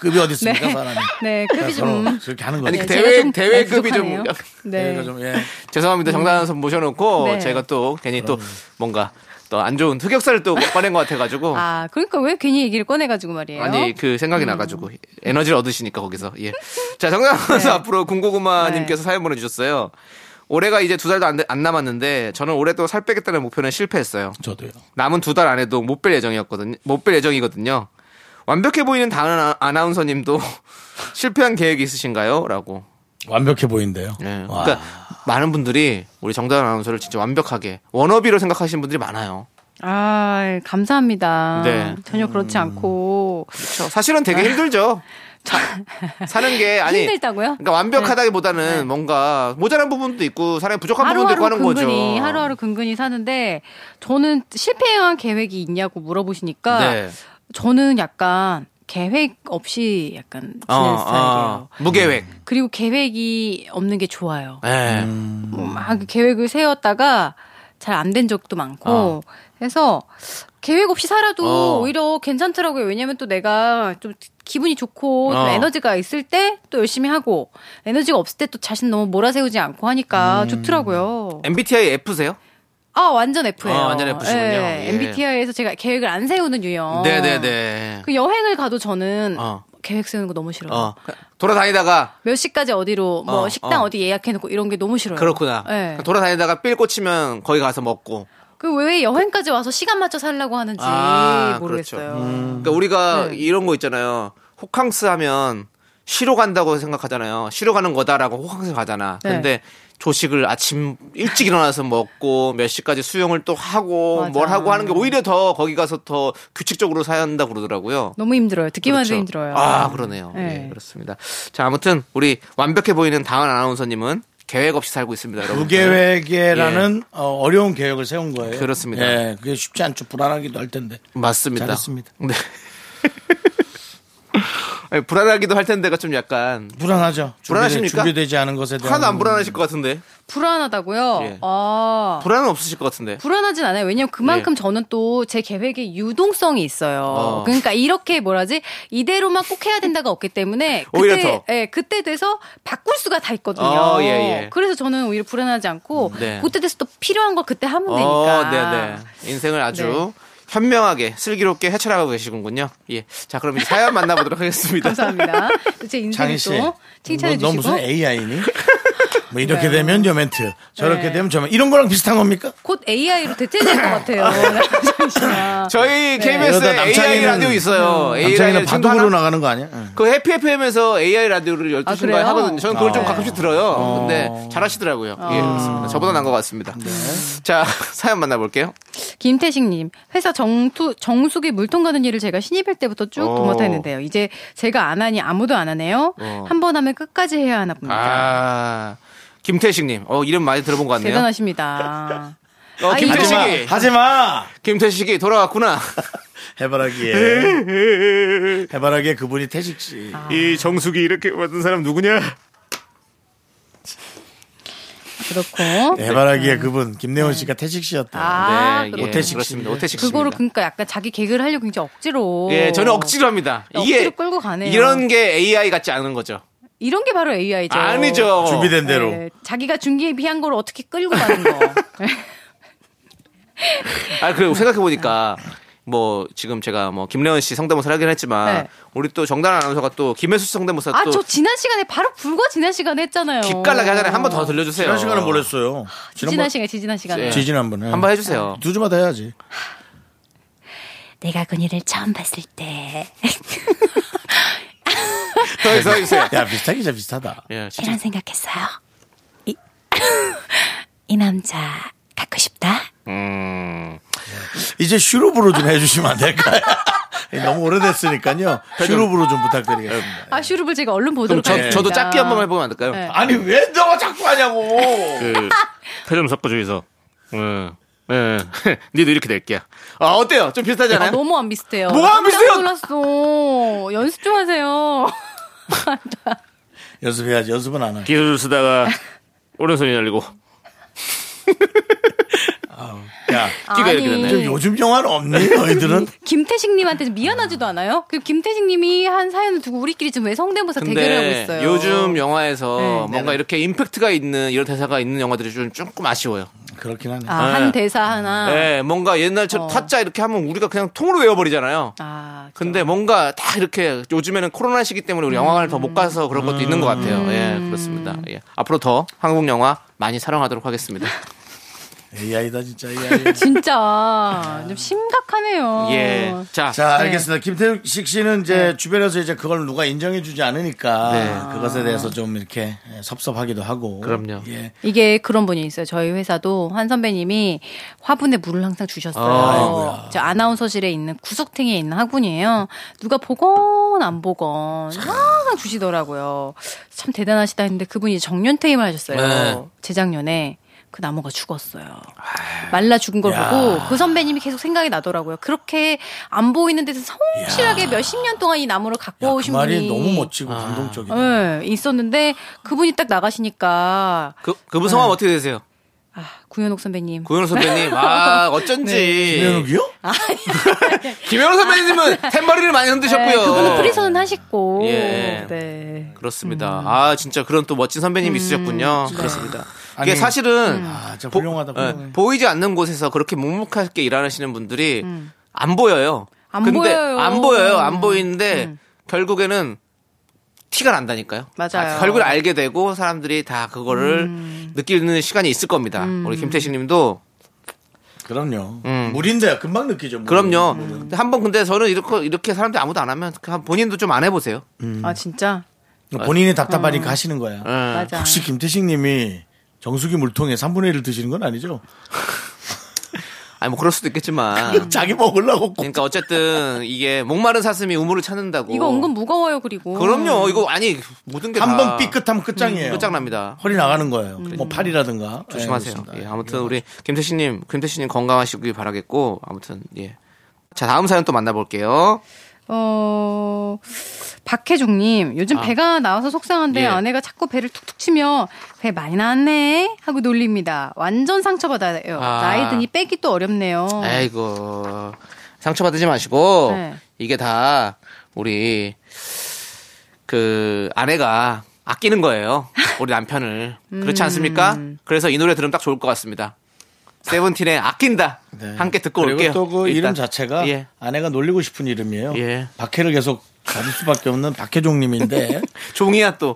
Speaker 1: 급이 어디
Speaker 7: 네.
Speaker 1: 있습니까 사람이
Speaker 7: 네. 급이
Speaker 1: 서로
Speaker 7: 좀.
Speaker 1: 그렇게 하는
Speaker 3: 아니
Speaker 1: 거죠.
Speaker 7: 네,
Speaker 3: 대회-
Speaker 7: 제가 좀
Speaker 3: 대회급이 좀
Speaker 7: 부족하네요.
Speaker 3: 약간
Speaker 7: 네.
Speaker 1: 얘가 좀, 예.
Speaker 3: 죄송합니다. 정다은 선 모셔놓고
Speaker 7: 네.
Speaker 3: 제가 또 괜히 또 뭔가 또 안 좋은 흑역사를 또 꺼낸 것 같아가지고
Speaker 7: 아 그러니까 왜 괜히 얘기를 꺼내가지고 말이에요. 음.
Speaker 3: 아니 그 생각이 나가지고 에너지를 얻으시니까 거기서 예. 자 정답 선수 앞으로
Speaker 7: 네.
Speaker 3: 군고구마님께서 사연 보내주셨어요. 올해가 이제 두 달도 안, 돼- 안 남았는데 저는 올해 또 살 빼겠다는 목표는 실패했어요.
Speaker 1: 저도요.
Speaker 3: 남은 두 달 안에도 못 뺄 예정이었거든요. 못 뺄 예정이거든요. 완벽해 보이는 다른 아- 아나운서님도 실패한 계획이 있으신가요? 라고.
Speaker 1: 완벽해 보인대요.
Speaker 3: 예.
Speaker 1: 와.
Speaker 3: 그러니까 많은 분들이 우리 정다은 아나운서를 진짜 완벽하게 워너비로 생각하시는 분들이 많아요.
Speaker 7: 아, 감사합니다.
Speaker 3: 네.
Speaker 7: 전혀 그렇지 않고.
Speaker 3: 그렇죠. 사실은 되게 힘들죠. 사는 게 아니
Speaker 7: 아. 힘들다고요?
Speaker 3: 그러니까
Speaker 7: 네.
Speaker 3: 완벽하다기보다는 뭔가 모자란 부분도 있고 사람이 부족한 부분도 있고
Speaker 7: 하루하루
Speaker 3: 하는
Speaker 7: 근근히
Speaker 3: 거죠.
Speaker 7: 하루하루 근근히 사는데 저는 실패한 계획이 있냐고 물어보시니까
Speaker 3: 네.
Speaker 7: 저는 약간 계획 없이 약간 지낼
Speaker 3: 어,
Speaker 7: 스타일이에요. 음.
Speaker 3: 어, 무계획.
Speaker 7: 그리고 계획이 없는 게 좋아요.
Speaker 3: 예.
Speaker 7: 뭐막 계획을 세웠다가 잘 안 된 적도 많고 해서 계획 없이 살아도
Speaker 3: 아. 어.
Speaker 7: 오히려 괜찮더라고요. 왜냐면 또 내가 좀 기분이 좋고 좀
Speaker 3: 어.
Speaker 7: 에너지가 있을 때 또 열심히 하고 에너지가 없을 때 또 자신 너무 몰아세우지 않고 하니까
Speaker 3: 음.
Speaker 7: 좋더라고요.
Speaker 3: MBTI F세요?
Speaker 7: 아 완전 F예요. 네,
Speaker 3: 아, 완전 F시군요. 예.
Speaker 7: MBTI에서 제가 계획을 안 세우는 유형.
Speaker 3: 네네네.
Speaker 7: 어. 그 여행을 가도 저는
Speaker 3: 어.
Speaker 7: 계획 세우는 거 너무 싫어요.
Speaker 3: 어. 돌아다니다가
Speaker 7: 몇 시까지 어디로 뭐
Speaker 3: 어,
Speaker 7: 식당
Speaker 3: 어.
Speaker 7: 어. 디 예약해놓고 이런 게 너무 싫어요.
Speaker 3: 그렇구나. 그러니까
Speaker 7: 예.
Speaker 3: 돌아다니다가 삘 꽂히면 거기 가서 먹고.
Speaker 7: 그 왜 여행까지 와서 시간 맞춰 살라고 하는지
Speaker 3: 아,
Speaker 7: 모르겠어요.
Speaker 3: 그렇죠. 그러니까 우리가
Speaker 7: 네.
Speaker 3: 이런 거 있잖아요. 호캉스 하면 쉬러 간다고 생각하잖아요. 쉬러 가는 거다라고 호캉스 가잖아.
Speaker 7: 네.
Speaker 3: 근데 조식을 아침 일찍 일어나서 먹고 몇 시까지 수영을 또 하고
Speaker 7: 맞아.
Speaker 3: 뭘 하고 하는 게 오히려 더 거기 가서 더 규칙적으로 사야 한다 그러더라고요.
Speaker 7: 너무 힘들어요. 듣기만 해도
Speaker 3: 그렇죠.
Speaker 7: 힘들어요.
Speaker 3: 아, 그러네요.
Speaker 7: 음. 네.
Speaker 3: 예, 그렇습니다. 자, 아무튼 우리 완벽해 보이는 다은 아나운서님은 계획 없이 살고 있습니다, 여러분.
Speaker 1: 무계획이라는 어, 려운 계획을 세운 거예요.
Speaker 3: 예. 그렇습니다.
Speaker 1: 예, 그게 쉽지 않죠. 불안하기도 할 텐데.
Speaker 3: 맞습니다.
Speaker 1: 잘했습니다.
Speaker 3: 네. 아니, 불안하기도 할 텐데가 좀 약간
Speaker 1: 불안하죠. 준비되-
Speaker 3: 불안하십니까?
Speaker 1: 준비되지 않은 것에 대한
Speaker 3: 하나도 안 불안하실 것 같은데
Speaker 7: 불안하다고요?
Speaker 3: 예.
Speaker 7: 아.
Speaker 3: 불안은 없으실 것 같은데
Speaker 7: 불안하진 않아요. 왜냐면 그만큼 저는 또 제 계획에 유동성이
Speaker 3: 네.
Speaker 7: 있어요.
Speaker 3: 어.
Speaker 7: 그러니까 이렇게 뭐라지 이대로만 꼭 해야 된다가 없기 때문에
Speaker 3: 오히려
Speaker 7: 그때
Speaker 3: 더.
Speaker 7: 예, 그때 돼서 바꿀 수가 다 있거든요.
Speaker 3: 어, 예, 예.
Speaker 7: 그래서 저는 오히려 불안하지 않고
Speaker 3: 네.
Speaker 7: 그때 돼서 또 필요한 걸 음. 그때 하면
Speaker 3: 어,
Speaker 7: 되니까.
Speaker 3: 네네 인생을 아주 현명하게 슬기롭게 헤쳐나가고 계시군요 예자 그럼 이제 사연 만나보도록 하겠습니다
Speaker 7: 감사합니다. 제 인생을
Speaker 1: 장희 씨,
Speaker 7: 또 칭찬해
Speaker 1: 너, 너
Speaker 7: 주시고
Speaker 1: 무슨 AI니? 뭐 이렇게
Speaker 7: 네.
Speaker 1: 되면 저 멘트, 저렇게
Speaker 7: 네.
Speaker 1: 되면 저 멘트. 이런 거랑 비슷한 겁니까?
Speaker 7: 곧 AI로 대체될 것 같아요. 남창희 씨가.
Speaker 3: 저희 KBS
Speaker 1: 이러다
Speaker 3: 에 AI
Speaker 1: 남창이는- 음,
Speaker 3: 라디오 있어요 AI
Speaker 1: 남창이는
Speaker 3: 라디오 지금도 하나-
Speaker 1: 바둑으로 나가는 거 아니야? 응.
Speaker 3: 그 해피 FM에서 AI 라디오를 12시인가
Speaker 7: 아, 그래요? 어.
Speaker 3: 하거든요. 저는 그걸 좀
Speaker 1: 아.
Speaker 3: 가끔씩 들어요. 근데 잘하시더라고요. 예, 그렇습니다. 저보다 난 것 같습니다.
Speaker 7: 네.
Speaker 3: 자, 사연 만나볼게요.
Speaker 7: 김태식님, 회사 정투, 정수기 물통 가는 일을 제가 신입일 때부터 쭉
Speaker 3: 어.
Speaker 7: 도맡아 했는데요. 이제 제가 안 하니 아무도 안 하네요.
Speaker 3: 어.
Speaker 7: 한 번 하면 끝까지 해야 하나 봅니다.
Speaker 3: 아, 김태식님. 어, 이름 많이 들어본 것 같네요.
Speaker 7: 대단하십니다.
Speaker 3: 어,
Speaker 7: 아,
Speaker 1: 하지 마!
Speaker 3: 김태식이.
Speaker 1: 하지 마!
Speaker 3: 김태식이 돌아왔구나.
Speaker 1: 해바라기에. 해바라기에 그분이 태식 씨.
Speaker 7: 아,
Speaker 3: 이 정수기 이렇게 만든 사람 누구냐?
Speaker 7: 그렇고. 음.
Speaker 1: 해바라기에 그분, 김내원
Speaker 7: 네.
Speaker 1: 씨가 태식 씨였다.
Speaker 7: 아,
Speaker 3: 네,
Speaker 7: 그렇고.
Speaker 3: 예,
Speaker 1: 오태식
Speaker 3: 그렇습니다.
Speaker 1: 씨.
Speaker 3: 오태식 씨.
Speaker 7: 그거를 그러니까 약간 자기 개그를 하려고 굉장히 억지로.
Speaker 3: 예, 저는 억지로 합니다. 이게
Speaker 7: 억지로 끌고 가네요.
Speaker 3: 이런 게 AI 같지 않은 거죠.
Speaker 7: 이런 게 바로 AI죠.
Speaker 3: 아니죠.
Speaker 1: 준비된 대로.
Speaker 7: 예, 자기가 준비한 걸 어떻게 끌고 가는 거. 네.
Speaker 3: 아 그리고 생각해 보니까 뭐 지금 제가 뭐 김래원 씨 성대모사를 하긴 했지만
Speaker 7: 네.
Speaker 3: 우리 또 정단 아나운서가 또 김혜수 씨 성대모사
Speaker 7: 아,
Speaker 3: 또
Speaker 7: 저 지난 시간에 바로 불과 지난 시간에 했잖아요.
Speaker 3: 기깔나게 하잖아요. 한 번 더 들려주세요.
Speaker 1: 지난 시간에 뭘 했어요?
Speaker 7: 아, 지난 시간에 지난 시간에.
Speaker 3: 예.
Speaker 1: 지진 한 번. 예.
Speaker 3: 네. 한번 해주세요.
Speaker 1: 두 주마다 해야지.
Speaker 4: 내가 그녀를 처음 봤을 때
Speaker 3: 더
Speaker 1: 네.
Speaker 3: 해서 해주세요.
Speaker 1: 야, 비슷하긴 진짜 비슷하다.
Speaker 3: 예, 진짜.
Speaker 4: 이런 생각했어요. 이, 이 남자 갖고 싶다.
Speaker 3: 음,
Speaker 1: 이제 슈룹으로 좀 해주시면 안 될까요? 네. 너무 오래됐으니까요. 슈룹으로 좀 부탁드리겠습니다.
Speaker 7: 아, 슈룹을 제가
Speaker 3: 그럼
Speaker 7: 얼른 보도록
Speaker 3: 저,
Speaker 7: 하겠습니다.
Speaker 3: 저도 짧게 한 번만 해보면 안 될까요?
Speaker 7: 네.
Speaker 1: 네. 아니, 왜 너가 자꾸 하냐고!
Speaker 3: 태좀 섞어 주이소. 예, 니도 이렇게 낼게요. 아 어때요? 좀 비슷하지
Speaker 7: 아,
Speaker 3: 않아요?
Speaker 7: 너무 안 비슷해요.
Speaker 3: 뭐가 안
Speaker 7: 깜짝
Speaker 3: 비슷해요?
Speaker 7: 놀랐어. 연습 좀 하세요.
Speaker 1: 연습해야지, 연습은 안 해.
Speaker 3: 기술 쓰다가 오른손이 날리고
Speaker 1: 야,
Speaker 3: 끼가 이렇게 됐네.
Speaker 1: 요즘 영화는 없니, 너희들은?
Speaker 7: 김태식님한테 미안하지도 않아요? 그 김태식님이 한 사연을 두고 우리끼리 지금 왜 성대모사 대결을 하고 있어요?
Speaker 3: 요즘 영화에서
Speaker 7: 네,
Speaker 3: 뭔가
Speaker 7: 네네.
Speaker 3: 이렇게 임팩트가 있는 이런 대사가 있는 영화들이 좀 조금 아쉬워요.
Speaker 1: 그렇긴 하네.
Speaker 7: 아, 한 대사 하나.
Speaker 3: 네, 뭔가 옛날처럼
Speaker 7: 아. 어.
Speaker 3: 타짜 이렇게 하면 우리가 그냥 통으로 외워버리잖아요.
Speaker 7: 아,
Speaker 3: 근데 뭔가 다 이렇게 요즘에는 코로나 시기 때문에 우리 영화관을
Speaker 7: 음.
Speaker 3: 더 못 가서 그런 것도 있는 것 같아요. 예, 그렇습니다. 예. 앞으로 더 한국 영화 많이 사랑하도록 하겠습니다.
Speaker 1: AI다 진짜 AI.
Speaker 7: 진짜 좀 심각하네요.
Speaker 3: 예. 자,
Speaker 1: 자, 알겠습니다. 김태식 씨는 이제 주변에서 이제 그걸 누가 인정해주지 않으니까
Speaker 3: 네.
Speaker 1: 그것에 대해서 좀 이렇게 섭섭하기도 하고.
Speaker 3: 그럼요.
Speaker 1: 예.
Speaker 7: 이게 그런 분이 있어요. 저희 회사도 한 선배님이 화분에 물을 항상 주셨어요.
Speaker 1: 아이고야.
Speaker 7: 저 아나운서실에 있는 구석탱이에 있는 화분이에요. 누가 보건 안 보건 항상 주시더라고요. 참 대단하시다 했는데 그분이 정년퇴임을 하셨어요.
Speaker 3: 네.
Speaker 7: 재작년에. 그 나무가 죽었어요. 말라 죽은 걸
Speaker 1: 야.
Speaker 7: 보고 그 선배님이 계속 생각이 나더라고요. 그렇게 안 보이는 데서 성실하게
Speaker 1: 야.
Speaker 7: 몇십 년 동안 이 나무를 갖고
Speaker 1: 야, 그
Speaker 7: 오신
Speaker 1: 말이
Speaker 7: 분이
Speaker 1: 너무 멋지고
Speaker 3: 아.
Speaker 1: 감동적이다.
Speaker 7: 예, 있었는데 그분이 딱 나가시니까
Speaker 3: 그, 그분
Speaker 7: 네.
Speaker 3: 성함 어떻게 되세요?
Speaker 7: 아, 구현옥 선배님.
Speaker 3: 구현우 선배님. 아,
Speaker 7: 네.
Speaker 3: 어쩐지.
Speaker 1: 김현욱이요?
Speaker 7: 아,
Speaker 3: 김현우 선배님은 탬버리를 많이 흔드셨고요.
Speaker 7: 예. 네, 그분은 프리선은 하셨고.
Speaker 3: 예.
Speaker 7: 네.
Speaker 3: 그렇습니다. 아, 진짜 그런 또 멋진
Speaker 7: 음.
Speaker 3: 선배님이 있으셨군요.
Speaker 7: 네.
Speaker 3: 그렇습니다. 이게
Speaker 1: 아니,
Speaker 3: 사실은
Speaker 1: 아, 진짜
Speaker 3: 보-
Speaker 1: 훌륭하다,
Speaker 3: 예,
Speaker 1: 훌륭해.
Speaker 3: 보이지 않는 곳에서 그렇게 묵묵하게 일하시는 분들이 안 보여요.
Speaker 7: 음. 안
Speaker 3: 근데
Speaker 7: 보여요. 음.
Speaker 3: 안 보여요. 안 보이는데 결국에는 티가 난다니까요.
Speaker 7: 맞아요.
Speaker 3: 결국에 알게 되고 사람들이 다 그거를
Speaker 7: 음.
Speaker 3: 느끼는 시간이 있을 겁니다. 우리 김태식 님도
Speaker 1: 그럼요.
Speaker 3: 음.
Speaker 1: 물인데 금방 느끼죠. 물.
Speaker 3: 그럼요.
Speaker 1: 음.
Speaker 3: 근데 한번 근데 저는 이렇게 이렇게 사람들이 아무도 안 하면 그냥 본인도 좀 안 해보세요.
Speaker 7: 아, 진짜?
Speaker 1: 본인이 답답하니까 하시는 거야.
Speaker 3: 예.
Speaker 7: 맞아.
Speaker 1: 혹시 김태식 님이 정수기 물통에 3분의 1을 드시는 건 아니죠?
Speaker 3: 아니 뭐 그럴 수도 있겠지만.
Speaker 1: 자기 먹으려고 꼭.
Speaker 3: 그러니까 어쨌든 이게 목마른 사슴이 우물을 찾는다고.
Speaker 7: 이거 은근 뭐. 무거워요, 그리고.
Speaker 3: 그럼요. 이거 아니 모든 게
Speaker 1: 한
Speaker 3: 다
Speaker 1: 번 삐끗하면 끝장이에요.
Speaker 3: 그러니까. 음, 끝장납니다.
Speaker 1: 허리 나가는 거예요. 뭐 팔이라든가. 예,
Speaker 3: 조심하세요.
Speaker 1: 그렇습니다.
Speaker 3: 예, 아무튼 우리 김태신님, 김태신님 건강하시길 바라겠고 아무튼 예. 자 다음 사연 또 만나볼게요.
Speaker 7: 어, 박혜중님, 요즘 배가 나와서 속상한데
Speaker 3: 예.
Speaker 7: 아내가 자꾸 배를 툭툭 치며 배 많이 나왔네? 하고 놀립니다. 완전 상처받아요.
Speaker 3: 아.
Speaker 7: 나이 드니 빼기 또 어렵네요.
Speaker 3: 아이고 상처 받지 마시고
Speaker 7: 네.
Speaker 3: 이게 다 우리 그 아내가 아끼는 거예요. 우리 남편을
Speaker 1: 음.
Speaker 3: 그렇지 않습니까? 그래서 이 노래 들으면 딱 좋을 것 같습니다. 세븐틴의 아낀다
Speaker 1: 네.
Speaker 3: 함께 듣고
Speaker 1: 그리고
Speaker 3: 올게요.
Speaker 1: 또 그 이름
Speaker 3: 일단.
Speaker 1: 자체가
Speaker 3: 예.
Speaker 1: 아내가 놀리고 싶은 이름이에요.
Speaker 3: 예.
Speaker 1: 박해를 계속 가질 수밖에 없는 박해종님인데
Speaker 3: 종이야 또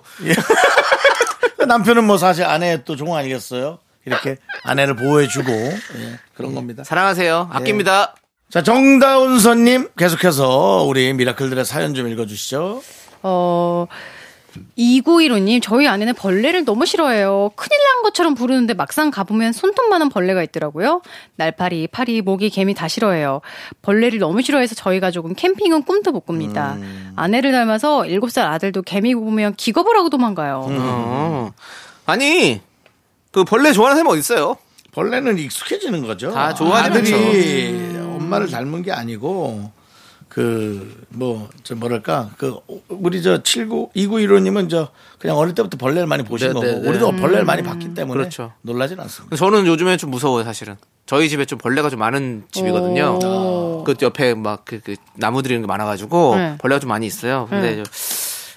Speaker 1: 남편은 뭐 사실 아내의 또 종 아니겠어요? 이렇게 아내를 보호해주고 예,
Speaker 3: 음.
Speaker 1: 그런 겁니다.
Speaker 3: 사랑하세요.
Speaker 1: 예.
Speaker 3: 아낍니다.
Speaker 1: 자 정다운서님 계속해서 우리 미라클들의 사연 좀 읽어주시죠.
Speaker 7: 어, 2915님, 저희 아내는 벌레를 너무 싫어해요. 큰일 난 것처럼 부르는데 막상 가보면 손톱만한 벌레가 있더라고요. 날파리, 파리, 모기, 개미 다 싫어해요. 벌레를 너무 싫어해서 저희 가족은 캠핑은 꿈도 못 꿉니다.
Speaker 3: 음.
Speaker 7: 아내를 닮아서 7살 아들도 개미 보면 기겁을 하고 도망가요.
Speaker 3: 어. 아니 그 벌레 좋아하는 사람이 어디 있어요?
Speaker 1: 벌레는 익숙해지는 거죠.
Speaker 3: 다 음. 좋아하지
Speaker 1: 아들이 엄마를 닮은 게 아니고 그 뭐 저 뭐랄까 그 우리 저 79, 2915님은 저 그냥 어릴 때부터 벌레를 많이 보신
Speaker 3: 네,
Speaker 1: 거고
Speaker 3: 네, 네.
Speaker 1: 우리도 벌레를 많이 봤기 때문에
Speaker 3: 그렇죠.
Speaker 1: 놀라진 않습니다.
Speaker 3: 저는 요즘에 좀 무서워요 사실은. 저희 집에 좀 벌레가 좀 많은 집이거든요. 그 옆에 막 그 나무들이 이런 게 많아가지고
Speaker 7: 네.
Speaker 3: 벌레가 좀 많이 있어요. 근데 저-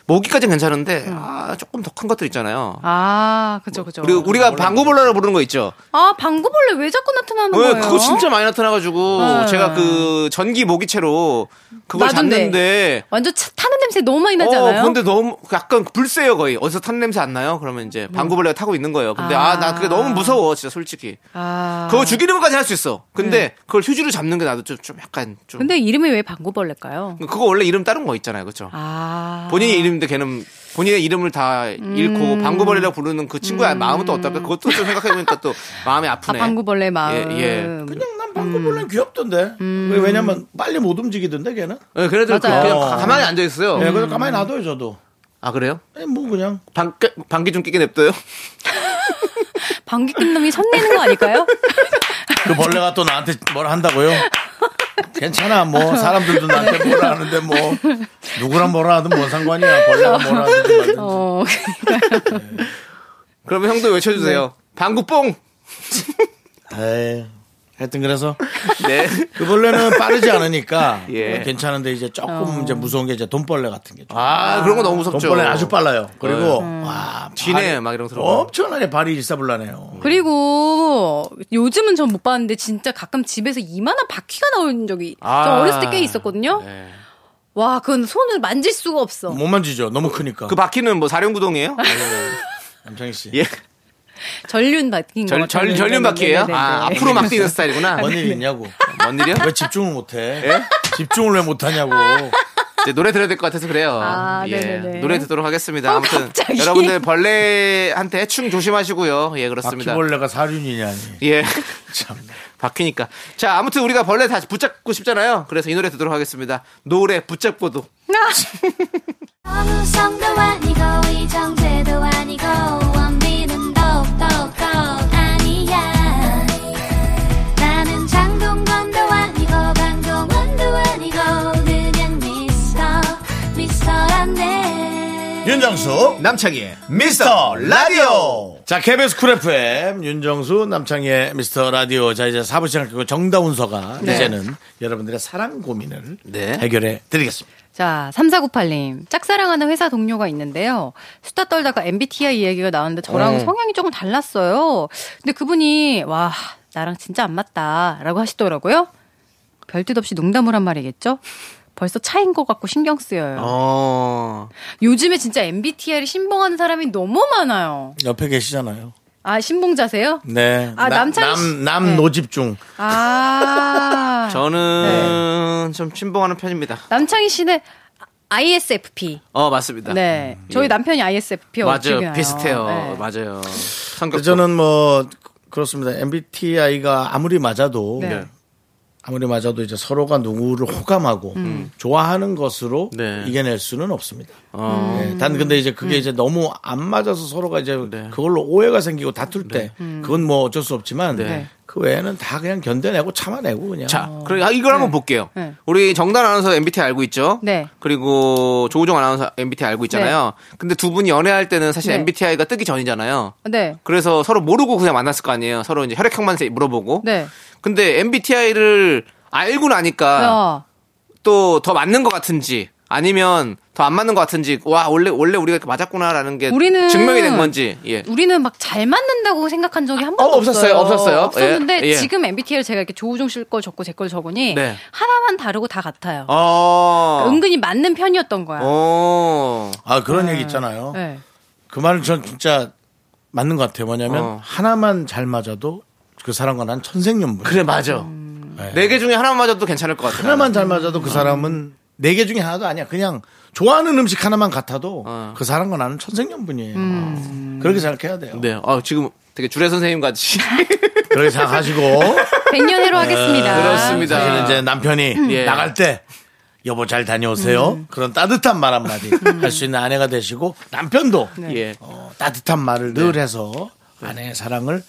Speaker 3: 모기까지는 괜찮은데
Speaker 7: 음.
Speaker 3: 아 조금 더 큰 것들 있잖아요.
Speaker 7: 아, 그죠, 그죠.
Speaker 3: 그리고 우리가 어, 방구벌레라 부르는 거 있죠.
Speaker 7: 아, 방구벌레 왜 자꾸 나타나는
Speaker 3: 왜
Speaker 7: 거예요?
Speaker 3: 그거 진짜 많이 나타나가지고
Speaker 7: 네.
Speaker 3: 제가 그 전기 모기채로 그걸
Speaker 7: 놔둔데.
Speaker 3: 잡는데
Speaker 7: 완전 차, 타는 냄새 너무 많이 나지
Speaker 3: 어,
Speaker 7: 않아요?
Speaker 3: 근데 너무 약간 불세요 거의. 어디서 탄 냄새 안 나요? 그러면 이제 방구벌레가 타고 있는 거예요. 근데 아,
Speaker 7: 네. 아.
Speaker 3: 나 그게 너무 무서워, 진짜 솔직히.
Speaker 7: 아. 네.
Speaker 3: 그거 죽이는 것까지 할 수 있어. 근데 그걸 휴지로 잡는 게 나도 좀, 좀 약간 좀.
Speaker 7: 근데 이름이 왜 방구벌레일까요?
Speaker 3: 그거 원래 이름 따른 거 있잖아요, 그렇죠?
Speaker 7: 아.
Speaker 3: 본인의 이름인데 걔는 본인의 이름을 다 잃고
Speaker 7: 음.
Speaker 3: 방구벌레라 부르는 그 친구의 마음은 또 어떨까? 그것도 좀 생각해보니까 또 마음이
Speaker 7: 아,
Speaker 3: 아프네.
Speaker 7: 방구벌레 마음.
Speaker 3: 예, 예.
Speaker 1: 그냥 난 방구벌레는 귀엽던데.
Speaker 3: 음.
Speaker 1: 왜- 왜냐면 빨리 못 움직이던데 걔는.
Speaker 3: 예, 그래도
Speaker 7: 맞아요. 네.
Speaker 3: 그냥 가- 가만히 앉아 있어요.
Speaker 1: 예, 그래서 가만히 놔둬요 저도.
Speaker 3: 아 그래요?
Speaker 1: 아니, 뭐 그냥
Speaker 3: 방 방귀 좀 끼게 냅둬요.
Speaker 7: 방귀 낀 놈이 선내는 거 아닐까요?
Speaker 1: 그 벌레가 또 나한테 뭘 한다고요? 괜찮아 뭐 사람들도 나한테 뭐라 하는데 뭐 누구랑 뭐라 하든 뭔 상관이야 벌레가 뭐라 하든 말든.
Speaker 7: 어, 네.
Speaker 3: 그러면 형도 외쳐주세요. 방구뽕.
Speaker 1: 에이, 네. 하여튼 그래서
Speaker 3: 네.
Speaker 1: 그 벌레는 빠르지 않으니까
Speaker 3: 예.
Speaker 1: 괜찮은데 이제 조금 이제 무서운 게 이제 돈벌레 같은 게. 좀.
Speaker 3: 아, 그런 거 너무 무섭죠.
Speaker 1: 돈벌레는 아주 빨라요. 그리고 와
Speaker 3: 쥐네,
Speaker 1: 발이
Speaker 3: 막 이런 거 들어가요.
Speaker 1: 엄청나게 발이 일사불란해요.
Speaker 7: 그리고 요즘은 전 못 봤는데 진짜 가끔 집에서 이만한 바퀴가 나온 적이
Speaker 3: 아.
Speaker 7: 저 어렸을 때 꽤 있었거든요.
Speaker 3: 네. 뭐,
Speaker 7: 와, 그건 손을 만질 수가 없어.
Speaker 1: 못 만지죠. 너무 크니까. 네.
Speaker 3: 그 바퀴는 뭐
Speaker 1: 아,
Speaker 3: 사령구동이에요?
Speaker 1: 남창희 씨.
Speaker 3: 예.
Speaker 7: 전륜 바퀴인 것
Speaker 3: 절,
Speaker 7: 같아요.
Speaker 3: 절, 전륜
Speaker 7: 네네네네.
Speaker 3: 바퀴예요? 아,
Speaker 7: 네네.
Speaker 3: 앞으로 막 뛰는 스타일이구나.
Speaker 1: 뭔 일 있냐고.
Speaker 3: 뭔 일이야?
Speaker 1: 왜 집중을 못해?
Speaker 3: 예?
Speaker 1: 집중을 왜 못하냐고.
Speaker 3: 이제 노래 들어야 될 것 같아서 그래요.
Speaker 7: 아,
Speaker 3: 예.
Speaker 7: 네네네.
Speaker 3: 노래 듣도록 하겠습니다.
Speaker 7: 어,
Speaker 3: 아무튼
Speaker 7: 갑자기.
Speaker 3: 여러분들 벌레한테 해충 조심하시고요. 예, 그렇습니다.
Speaker 1: 바퀴벌레가 사륜이냐니.
Speaker 3: 예.
Speaker 1: 참.
Speaker 3: 바뀌니까. 자, 아무튼 우리가 벌레 다시 붙잡고 싶잖아요. 그래서 이 노래 듣도록 하겠습니다. 노래 붙잡고도.
Speaker 4: 정우성도 아니고 이정재도 아니고 원빈은 더욱더 아니야 나는 장동건도 아니고 방종원도 아니고 그냥 미스터 미스터란데
Speaker 1: 윤정수
Speaker 3: 남창희의
Speaker 1: 미스터 라디오. 자, KBS 쿨 FM 윤정수 남창희의 미스터 라디오. 자, 이제 4부 시작하고 정다운서가
Speaker 3: 네.
Speaker 1: 이제는 여러분들의 사랑 고민을
Speaker 3: 네.
Speaker 1: 해결해 드리겠습니다.
Speaker 7: 자, 3498님. 짝사랑하는 회사 동료가 있는데요. 수다 떨다가 MBTI 얘기가 나왔는데
Speaker 3: 네.
Speaker 7: 저랑 성향이 조금 달랐어요. 근데 그분이, 와, 나랑 진짜 안 맞다. 라고 하시더라고요. 별뜻 없이 농담을 한 말이겠죠? 벌써 차인 것 같고 신경 쓰여요.
Speaker 3: 어.
Speaker 7: 요즘에 진짜 MBTI를 신봉하는 사람이 너무 많아요.
Speaker 1: 옆에 계시잖아요.
Speaker 7: 아, 신봉자세요?
Speaker 1: 네.
Speaker 7: 아,
Speaker 1: 나-
Speaker 7: 남창희 씨.
Speaker 1: 남, 남
Speaker 7: 네.
Speaker 1: 노집중.
Speaker 7: 아. 네.
Speaker 3: 저는 좀 침봉하는 편입니다.
Speaker 7: 남창희 씨는 ISFP.
Speaker 3: 어, 맞습니다.
Speaker 7: 네. 저희
Speaker 3: 예.
Speaker 7: 남편이 ISFP 였
Speaker 3: 맞아요. 비슷해요.
Speaker 7: 네.
Speaker 3: 맞아요. 성격
Speaker 1: 저는 뭐 그렇습니다. MBTI가 아무리 맞아도
Speaker 7: 네.
Speaker 1: 아무리 맞아도 이제 서로가 누구를 호감하고
Speaker 7: 음.
Speaker 1: 좋아하는 것으로
Speaker 3: 음. 네. 아. 음.
Speaker 1: 이겨낼 수는 없습니다. 네, 단 근데 이제 그게 이제 너무 안 맞아서 서로가 이제
Speaker 3: 네.
Speaker 1: 그걸로 오해가 생기고 다툴 때 그건 뭐 어쩔 수 없지만
Speaker 3: 음. 네.
Speaker 1: 그 외에는 다 그냥 견뎌내고 참아내고 그냥
Speaker 3: 자, 그리고 이걸 한번 볼게요.
Speaker 7: 어. 네.
Speaker 3: 우리 정단 아나운서 MBTI 알고 있죠?
Speaker 7: 네.
Speaker 3: 그리고 조우정 아나운서 MBTI 알고 있잖아요. 근데 두 분이 연애할 때는 사실
Speaker 7: 네.
Speaker 3: MBTI가 뜨기 전이잖아요.
Speaker 7: 네.
Speaker 3: 그래서 서로 모르고 그냥 만났을 거 아니에요. 서로 이제 혈액형만 세- 물어보고.
Speaker 7: 네.
Speaker 3: 근데 MBTI를 알고 나니까
Speaker 7: 어.
Speaker 3: 또 더 맞는 것 같은지 아니면 더 안 맞는 것 같은지 와 원래 원래 우리가 이렇게 맞았구나라는 게
Speaker 7: 우리는 음.
Speaker 3: 증명이 된 건지 예.
Speaker 7: 우리는 막 잘 맞는다고 생각한 적이 한 번도
Speaker 3: 어, 없었어요, 없었어요.
Speaker 7: 없었는데
Speaker 3: 예, 예.
Speaker 7: 지금 MBTI를 제가 이렇게 조우종 씨걸 적고 제 걸 적으니
Speaker 3: 네.
Speaker 7: 하나만 다르고 다 같아요.
Speaker 3: 어.
Speaker 7: 은근히 맞는 편이었던 거야.
Speaker 3: 어.
Speaker 1: 아 그런 얘기 있잖아요.
Speaker 7: 네.
Speaker 1: 그 말은 전 진짜 맞는 것 같아요. 뭐냐면
Speaker 3: 어.
Speaker 1: 하나만 잘 맞아도 그 사람과 난 천생연분.
Speaker 3: 그래 맞아.
Speaker 7: 음.
Speaker 1: 네.
Speaker 3: 네 개 중에 하나만 맞아도 괜찮을 것 음. 같아.
Speaker 1: 하나만 잘 맞아도 그 사람은 네 개 중에 하나도 아니야. 그냥 좋아하는 음식 하나만 같아도
Speaker 3: 어.
Speaker 1: 그 사람과 나는 천생연분이에요.
Speaker 7: 음.
Speaker 1: 아. 그렇게 생각해야 돼요.
Speaker 3: 네. 아, 지금 되게 주례 선생님 같이.
Speaker 1: 그렇게 생각하시고
Speaker 7: 100년 해로 하겠습니다.
Speaker 3: 네. 그렇습니다.
Speaker 1: 사실은 이제 남편이
Speaker 3: 예.
Speaker 1: 나갈 때 여보 잘 다녀오세요.
Speaker 7: 음.
Speaker 1: 그런 따뜻한 말 한마디 할 수 있는 아내가 되시고 남편도
Speaker 7: 네.
Speaker 3: 예. 네.
Speaker 1: 어, 따뜻한 말을 늘 해서 아내의 사랑을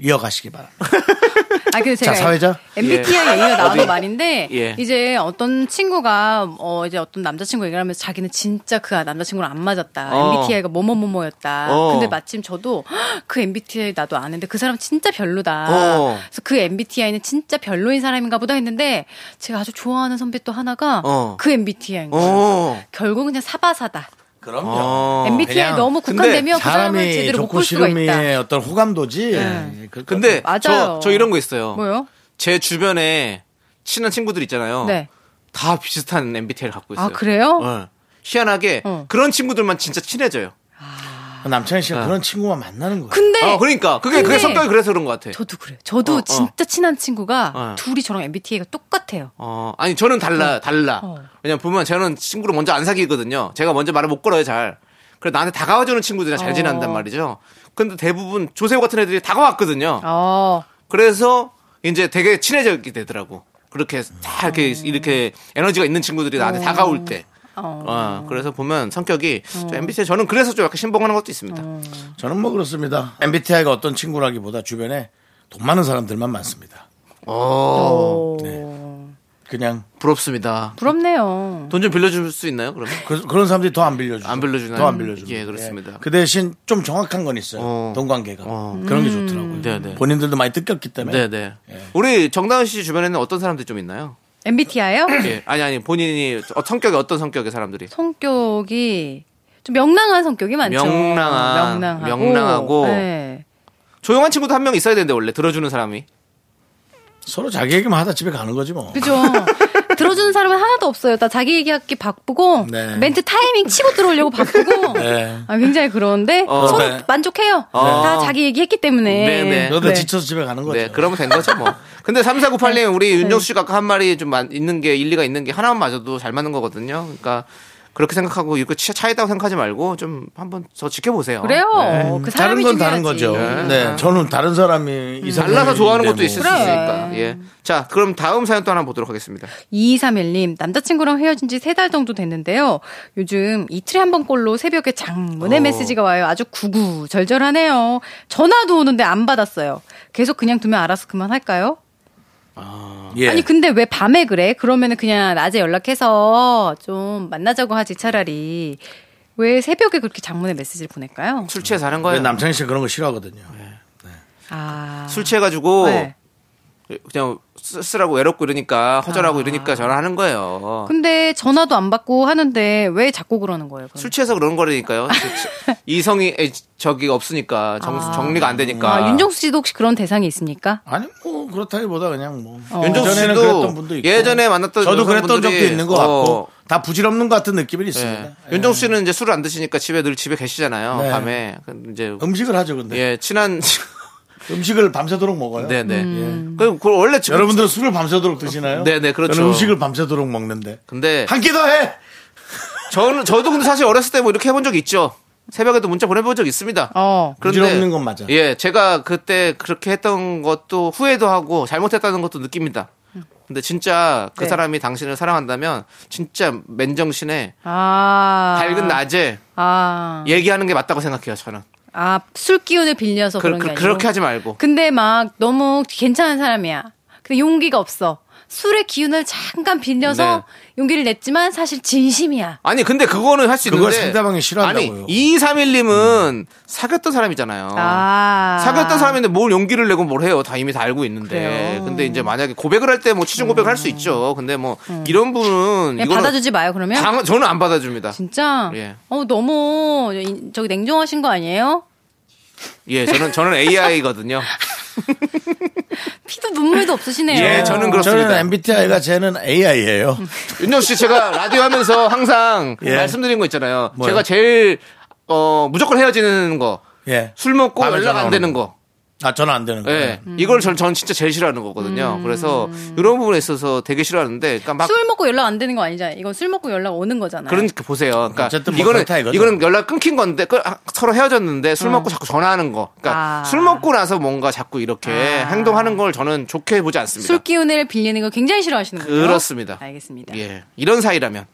Speaker 1: 이어가시기 바랍니다.
Speaker 7: 아, 근데 제가
Speaker 1: 자, 사회자.
Speaker 7: MBTI 얘기가 나와도 말인데
Speaker 3: 예.
Speaker 7: 이제 어떤 친구가 어 이제 어떤 남자친구 얘기를 하면서 자기는 진짜 그 남자친구랑 안 맞았다.
Speaker 3: 어.
Speaker 7: MBTI가 뭐뭐뭐뭐였다.
Speaker 3: 어.
Speaker 7: 근데 마침 저도 헉, 그 MBTI 나도 아는데 그 사람 진짜 별로다.
Speaker 3: 어.
Speaker 7: 그래서 그 MBTI는 진짜 별로인 사람인가 보다 했는데 제가 아주 좋아하는 선배 또 하나가
Speaker 3: 어.
Speaker 7: 그 MBTI인 거예요.
Speaker 3: 어.
Speaker 7: 결국 그냥 사바사다.
Speaker 1: 그럼요.
Speaker 3: 어.
Speaker 7: MBTI
Speaker 1: 그냥
Speaker 7: 너무 국한되면 그 사람을
Speaker 1: 사람이
Speaker 7: 제대로 못
Speaker 1: 좋고
Speaker 7: 볼 수가 있다. 네.
Speaker 1: 싫음의 어떤 호감도지. 예, 그-
Speaker 3: 근데
Speaker 7: 맞아요.
Speaker 3: 저, 저 이런 거 있어요.
Speaker 7: 뭐요?
Speaker 3: 제 주변에 친한 친구들 있잖아요.
Speaker 7: 네.
Speaker 3: 다 비슷한 MBTI를 갖고 어. 있어요.
Speaker 7: 아 그래요?
Speaker 3: 어. 희한하게
Speaker 7: 어.
Speaker 3: 그런 친구들만 진짜 친해져요.
Speaker 1: 남창희 씨가
Speaker 3: 어.
Speaker 1: 그런 친구만 만나는 거예요.
Speaker 7: 근데
Speaker 3: 어, 그러니까 그게
Speaker 7: 근데-
Speaker 3: 그게 성격이 그래서 그런 것 같아.
Speaker 7: 저도 그래요. 저도
Speaker 3: 어, 어.
Speaker 7: 진짜 친한 친구가
Speaker 3: 어.
Speaker 7: 둘이 저랑 MBTI가 똑같아요.
Speaker 3: 어, 아니 저는 달라 달라.
Speaker 7: 어.
Speaker 3: 왜냐면 보면 저는 친구를 먼저 안 사귀거든요. 제가 먼저 말을 못 걸어요 잘. 그래 나한테 다가와주는 친구들이랑 잘
Speaker 7: 어.
Speaker 3: 지낸단 말이죠. 근데 대부분 조세호 같은 애들이 다가왔거든요.
Speaker 1: 아,
Speaker 7: 어.
Speaker 3: 그래서 이제 되게 친해지게 되더라고. 그렇게 다 이렇게 이렇게 에너지가 있는 친구들이 나한테 다가올 때.
Speaker 7: 어.
Speaker 3: 어, 그래서 보면 성격이 좀 MBTI 저는 그래서 좀 약간 신봉하는 것도 있습니다.
Speaker 7: 어.
Speaker 1: 저는 뭐 그렇습니다. MBTI가 어떤 친구라기보다 주변에 돈 많은 사람들만 많습니다.
Speaker 3: 어.
Speaker 7: 어.
Speaker 1: 그냥
Speaker 3: 부럽습니다.
Speaker 7: 부럽네요.
Speaker 3: 돈 좀 빌려줄 수 있나요? 그러면?
Speaker 1: 그, 그런 사람들이 더 안 빌려주죠.
Speaker 3: 안 빌려주나요?
Speaker 1: 더안 빌려주죠.
Speaker 3: 예, 그렇습니다.
Speaker 1: 그 대신 좀 정확한 건 있어요.
Speaker 3: 어.
Speaker 1: 돈 관계가
Speaker 3: 어.
Speaker 1: 그런 게 좋더라고요.
Speaker 3: 네네.
Speaker 1: 본인들도 많이 뜯겼기 때문에.
Speaker 3: 네네. 우리 정다은 씨 주변에는 어떤 사람들이 좀 있나요?
Speaker 7: MBTI요?
Speaker 3: 예. 아니 아니 본인이 어, 성격이 어떤 성격의 사람들이?
Speaker 7: 성격이 좀 명랑한 성격이 많죠.
Speaker 3: 명랑한,
Speaker 7: 명랑하고.
Speaker 3: 명랑하고.
Speaker 7: 네.
Speaker 3: 조용한 친구도 한 명 있어야 되는데 원래 들어주는 사람이.
Speaker 1: 서로 자기 얘기만 하다 집에 가는 거지 뭐.
Speaker 7: 그죠. 들어주는 사람은 하나도 없어요. 다 자기 얘기하기 바쁘고
Speaker 1: 네.
Speaker 7: 멘트 타이밍 치고 들어오려고 바쁘고
Speaker 1: 네.
Speaker 7: 아, 굉장히 그런데
Speaker 3: 어.
Speaker 7: 서로
Speaker 1: 네.
Speaker 7: 만족해요.
Speaker 3: 어.
Speaker 7: 다 자기 얘기했기 때문에.
Speaker 3: 네네.
Speaker 1: 그러다
Speaker 7: 네.
Speaker 1: 지쳐서 집에 가는 거죠.
Speaker 3: 네, 그러면 된 거죠 뭐. 근데 3498님 우리 윤정수 씨가 아까 한 말이 좀 마- 있는 게 일리가 있는 게 하나만 맞아도 잘 맞는 거거든요. 그러니까 그렇게 생각하고 이거 차- 차이다고 생각하지 말고 좀 한번 더 지켜보세요.
Speaker 7: 그래요.
Speaker 1: 다른
Speaker 7: 그 사람이
Speaker 1: 건
Speaker 7: 중요하지.
Speaker 1: 다른 거죠. 네.
Speaker 3: 네. 음.
Speaker 1: 저는 다른 사람이 이 사람이
Speaker 3: 달라서 좋아하는 것도
Speaker 1: 뭐.
Speaker 3: 있을 수 있으니까. 예. 자, 그럼 다음 사연 또 하나 보도록 하겠습니다.
Speaker 7: 2231님, 남자친구랑 헤어진 지 세 달 정도 됐는데요. 요즘 이틀에 한 번꼴로 새벽에 장문의
Speaker 3: 어.
Speaker 7: 메시지가 와요. 아주 구구절절하네요. 전화도 오는데 안 받았어요. 계속 그냥 두면 알아서 그만할까요?
Speaker 1: 예.
Speaker 7: 아니, 근데 왜 밤에 그래? 그러면은 그냥 낮에 연락해서 좀 만나자고 하지 차라리. 왜 새벽에 그렇게 장문의 메시지를 보낼까요?
Speaker 3: 술 취해서 하는
Speaker 1: 근데
Speaker 3: 거예요. 네.
Speaker 1: 남창희 씨 그런 거 싫어하거든요.
Speaker 7: 아.
Speaker 3: 술 취해가지고
Speaker 7: 네.
Speaker 3: 그냥 쓸쓸하고 외롭고 이러니까 허전하고 이러니까 전화하는 거예요.
Speaker 7: 아. 근데 전화도 안 받고 하는데 왜 자꾸 그러는 거예요? 그럼?
Speaker 3: 술 취해서 그런 거라니까요. 이성이 에, 저기 없으니까 정, 리가안 되니까.
Speaker 7: 아, 윤종수 씨도 혹시 그런 대상이 있습니까?
Speaker 1: 아니 뭐 그렇다기보다 그냥 뭐
Speaker 7: 어.
Speaker 3: 윤정수
Speaker 1: 예전에는 그랬던
Speaker 3: 씨도
Speaker 1: 분도 있고.
Speaker 3: 예전에 만났던
Speaker 1: 저도 그랬던
Speaker 3: 여성분들이-
Speaker 1: 적도 있는 것
Speaker 3: 어,
Speaker 1: 같고 다 부질없는 것 같은 느낌이 있습니다.
Speaker 3: 예. 윤정수 씨는 이제 술을 안 드시니까 집에 늘 집에 계시잖아요.
Speaker 1: 네.
Speaker 3: 밤에 근데 이제
Speaker 1: 음식을 네. 하죠 근데
Speaker 3: 예 친한
Speaker 1: 음식을 밤새도록 먹어요.
Speaker 3: 네네.
Speaker 7: 음.
Speaker 3: 그 그, 원래 지금-
Speaker 1: 여러분들은 술을 밤새도록 드시나요?
Speaker 3: 네, 네, 그렇죠. 예.
Speaker 1: 저는 음식을 밤새도록 먹는데
Speaker 3: 근데
Speaker 1: 한 끼 더 해.
Speaker 3: 저는 저도 근데 사실 어렸을 때 뭐 이렇게 해본 적 있죠. 새벽에도 문자 보내본 적 있습니다.
Speaker 7: 어.
Speaker 1: 부질없는 건 맞아.
Speaker 3: 예, 제가 그때 그렇게 했던 것도 후회도 하고 잘못했다는 것도 느낍니다. 근데 진짜 그
Speaker 7: 음. 네.
Speaker 3: 사람이 당신을 사랑한다면 진짜 맨정신에
Speaker 7: 아.
Speaker 3: 밝은 낮에
Speaker 7: 아.
Speaker 3: 얘기하는 게 맞다고 생각해요. 저는
Speaker 7: 아, 술 기운을 빌려서
Speaker 3: 그,
Speaker 7: 그런 게
Speaker 3: 그,
Speaker 7: 아니고.
Speaker 3: 그렇게 하지 말고
Speaker 7: 근데 막 너무 괜찮은 사람이야. 근데 용기가 없어. 술의 기운을 잠깐 빌려서
Speaker 3: 네.
Speaker 7: 용기를 냈지만 사실 진심이야.
Speaker 3: 아니 근데 그거는 할 수 있는데
Speaker 1: 그걸 상대방이 싫어한다고요. 음.
Speaker 3: 아니 231님은 사귀었던 사람이잖아요.
Speaker 7: 아.
Speaker 3: 사귀었던 사람인데 뭘 용기를 내고 뭘 해요. 다 이미 다 알고 있는데.
Speaker 7: 그래요? 음.
Speaker 3: 근데 이제 만약에 고백을 할 때 뭐 치중 고백을 할 수 있죠. 근데 뭐 이런 분은
Speaker 7: 그냥
Speaker 3: 이거는
Speaker 7: 네, 받아주지 마요, 그러면.
Speaker 3: 당- 저는 안 받아줍니다.
Speaker 7: 진짜?
Speaker 3: 예.
Speaker 7: 어, 너무, 인- 저기 냉정하신 거 아니에요?
Speaker 3: 예, 저는 저는 AI거든요.
Speaker 7: 피도 눈물도 없으시네요.
Speaker 3: 예, 저는 그렇습니다.
Speaker 1: 어, 저는 MBTI가 쟤는 AI예요.
Speaker 3: 윤정 씨 제가 라디오 하면서 항상
Speaker 1: 예.
Speaker 3: 말씀드린 거 있잖아요.
Speaker 1: 뭐요?
Speaker 3: 제가 제일 어 무조건 헤어지는 거.
Speaker 1: 예.
Speaker 3: 술 먹고
Speaker 1: 밤에
Speaker 3: 연락
Speaker 1: 전화
Speaker 3: 안
Speaker 1: 오는
Speaker 3: 되는 거.
Speaker 1: 아 저는 안 되는
Speaker 3: 예.
Speaker 1: 거예요.
Speaker 3: 이걸 전, 전 진짜 제일 싫어하는 거거든요. 그래서 이런 부분에 있어서 되게 싫어하는데 그러니까 막
Speaker 7: 음. 술 먹고 연락 안 되는 거 아니잖아요. 이건 술 먹고 연락 오는 거잖아요.
Speaker 3: 그러니까 보세요. 그러니까
Speaker 1: 어쨌든 뭐
Speaker 3: 이거는
Speaker 1: 그렇다 이거죠.
Speaker 3: 이거는 연락 끊긴 건데 그- 아, 서로 헤어졌는데 술 먹고 자꾸 전화하는 거. 그러니까
Speaker 7: 음. 아.
Speaker 3: 술 먹고 나서 뭔가 자꾸 이렇게 행동하는 걸 저는 좋게 보지 않습니다.
Speaker 7: 술 기운을 빌리는 거 굉장히 싫어하시는 거예요.
Speaker 3: 그렇습니다.
Speaker 7: 알겠습니다.
Speaker 3: 예. 이런 사이라면.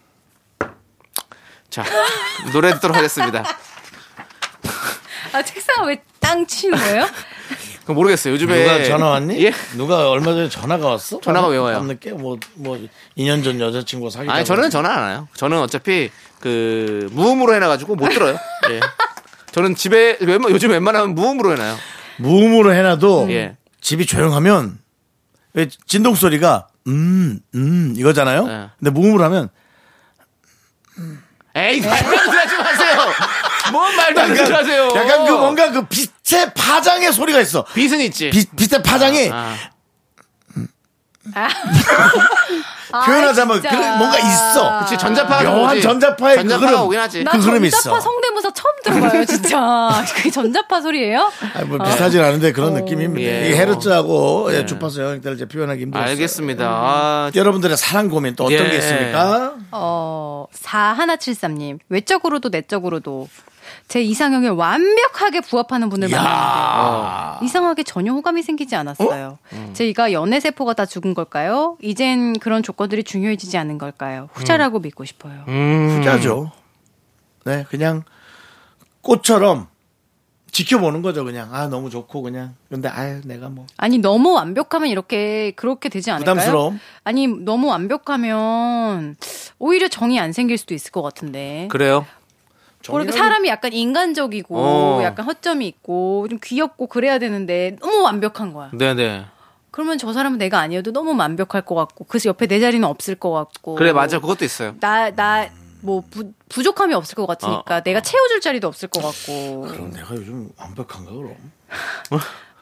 Speaker 3: 자, 노래 듣도록 하겠습니다.
Speaker 7: 아, 책상 왜 땅 치는 거예요?
Speaker 3: 그럼 모르겠어요. 요즘에
Speaker 1: 누가 전화 왔니?
Speaker 3: 예.
Speaker 1: 누가 얼마 전에 전화가 왔어?
Speaker 3: 전화가 왜 와요?
Speaker 1: 밤늦게 뭐뭐 2년 전 여자친구 사귀다.
Speaker 3: 아니, 저는 전화 안 와요. 저는 어차피 그 무음으로 해놔 가지고 못 들어요. 예. 저는 집에 웬만, 요즘 웬만하면 무음으로 해놔요.
Speaker 1: 무음으로 해놔도
Speaker 3: 예.
Speaker 1: 집이 조용하면 왜 진동 소리가 음음 이거잖아요.
Speaker 3: 예.
Speaker 1: 근데 무음으로 하면
Speaker 3: 에이, 말도 안 하지 마세요. 뭔 말도 안
Speaker 1: 약간,
Speaker 3: 하세요.
Speaker 1: 약간 그 뭔가 그 빛의 파장의 소리가 있어.
Speaker 3: 빛은 있지.
Speaker 1: 빛 빛의 파장이
Speaker 3: 아.
Speaker 1: 표현하자면
Speaker 3: 아.
Speaker 7: 아, 진짜.
Speaker 1: 그 뭔가 있어.
Speaker 3: 그치, 전자파가
Speaker 1: 묘한
Speaker 3: 오지.
Speaker 1: 전자파의 그
Speaker 3: 전자파가
Speaker 1: 흐름.
Speaker 3: 오긴 하지.
Speaker 7: 나
Speaker 1: 그
Speaker 7: 전자파
Speaker 1: 흐름이 있어.
Speaker 7: 성대모사 처음 들어봐요, 진짜. 그게 전자파 소리예요?
Speaker 1: 아니, 뭐 비슷하진 않은데 그런 느낌입니다.
Speaker 3: 예.
Speaker 1: 이 헤르츠하고 예, 주파수 영역대를 이제 표현하기 힘들었어요.
Speaker 3: 알겠습니다. 아,
Speaker 1: 여러분들의 사랑 고민 또 어떤
Speaker 3: 예.
Speaker 1: 게 있습니까?
Speaker 7: 어, 4173님. 외적으로도 내적으로도 제 이상형에 완벽하게 부합하는 분을 만났는데 이상하게 전혀 호감이 생기지 않았어요.
Speaker 1: 음.
Speaker 7: 제가 연애 세포가 다 죽은 걸까요? 이젠 그런 조건들이 중요해지지 않은 걸까요?
Speaker 1: 음.
Speaker 7: 후자라고 믿고 싶어요.
Speaker 3: 음.
Speaker 1: 후자죠. 네, 그냥 꽃처럼 지켜보는 거죠, 그냥. 아, 너무 좋고, 그냥. 근데, 아유, 내가 뭐.
Speaker 7: 아니 너무 완벽하면 이렇게 그렇게 되지 않을까요?
Speaker 1: 부담스러움.
Speaker 7: 아니 너무 완벽하면 오히려 정이 안 생길 수도 있을 것 같은데.
Speaker 3: 그래요?
Speaker 7: 그러니까
Speaker 1: 정의라는-
Speaker 7: 사람이 약간 인간적이고
Speaker 3: 어.
Speaker 7: 약간 허점이 있고 좀 귀엽고 그래야 되는데 너무 완벽한 거야.
Speaker 3: 네네.
Speaker 7: 그러면 저 사람은 내가 아니어도 너무 완벽할 것 같고 그래서 옆에 내 자리는 없을 것 같고.
Speaker 3: 그래, 맞아. 그것도 있어요.
Speaker 7: 나나뭐 부족함이 없을 것 같으니까
Speaker 3: 어.
Speaker 7: 내가 채워줄 자리도 없을 것 같고
Speaker 1: 그럼 내가 요즘 완벽한가, 그럼?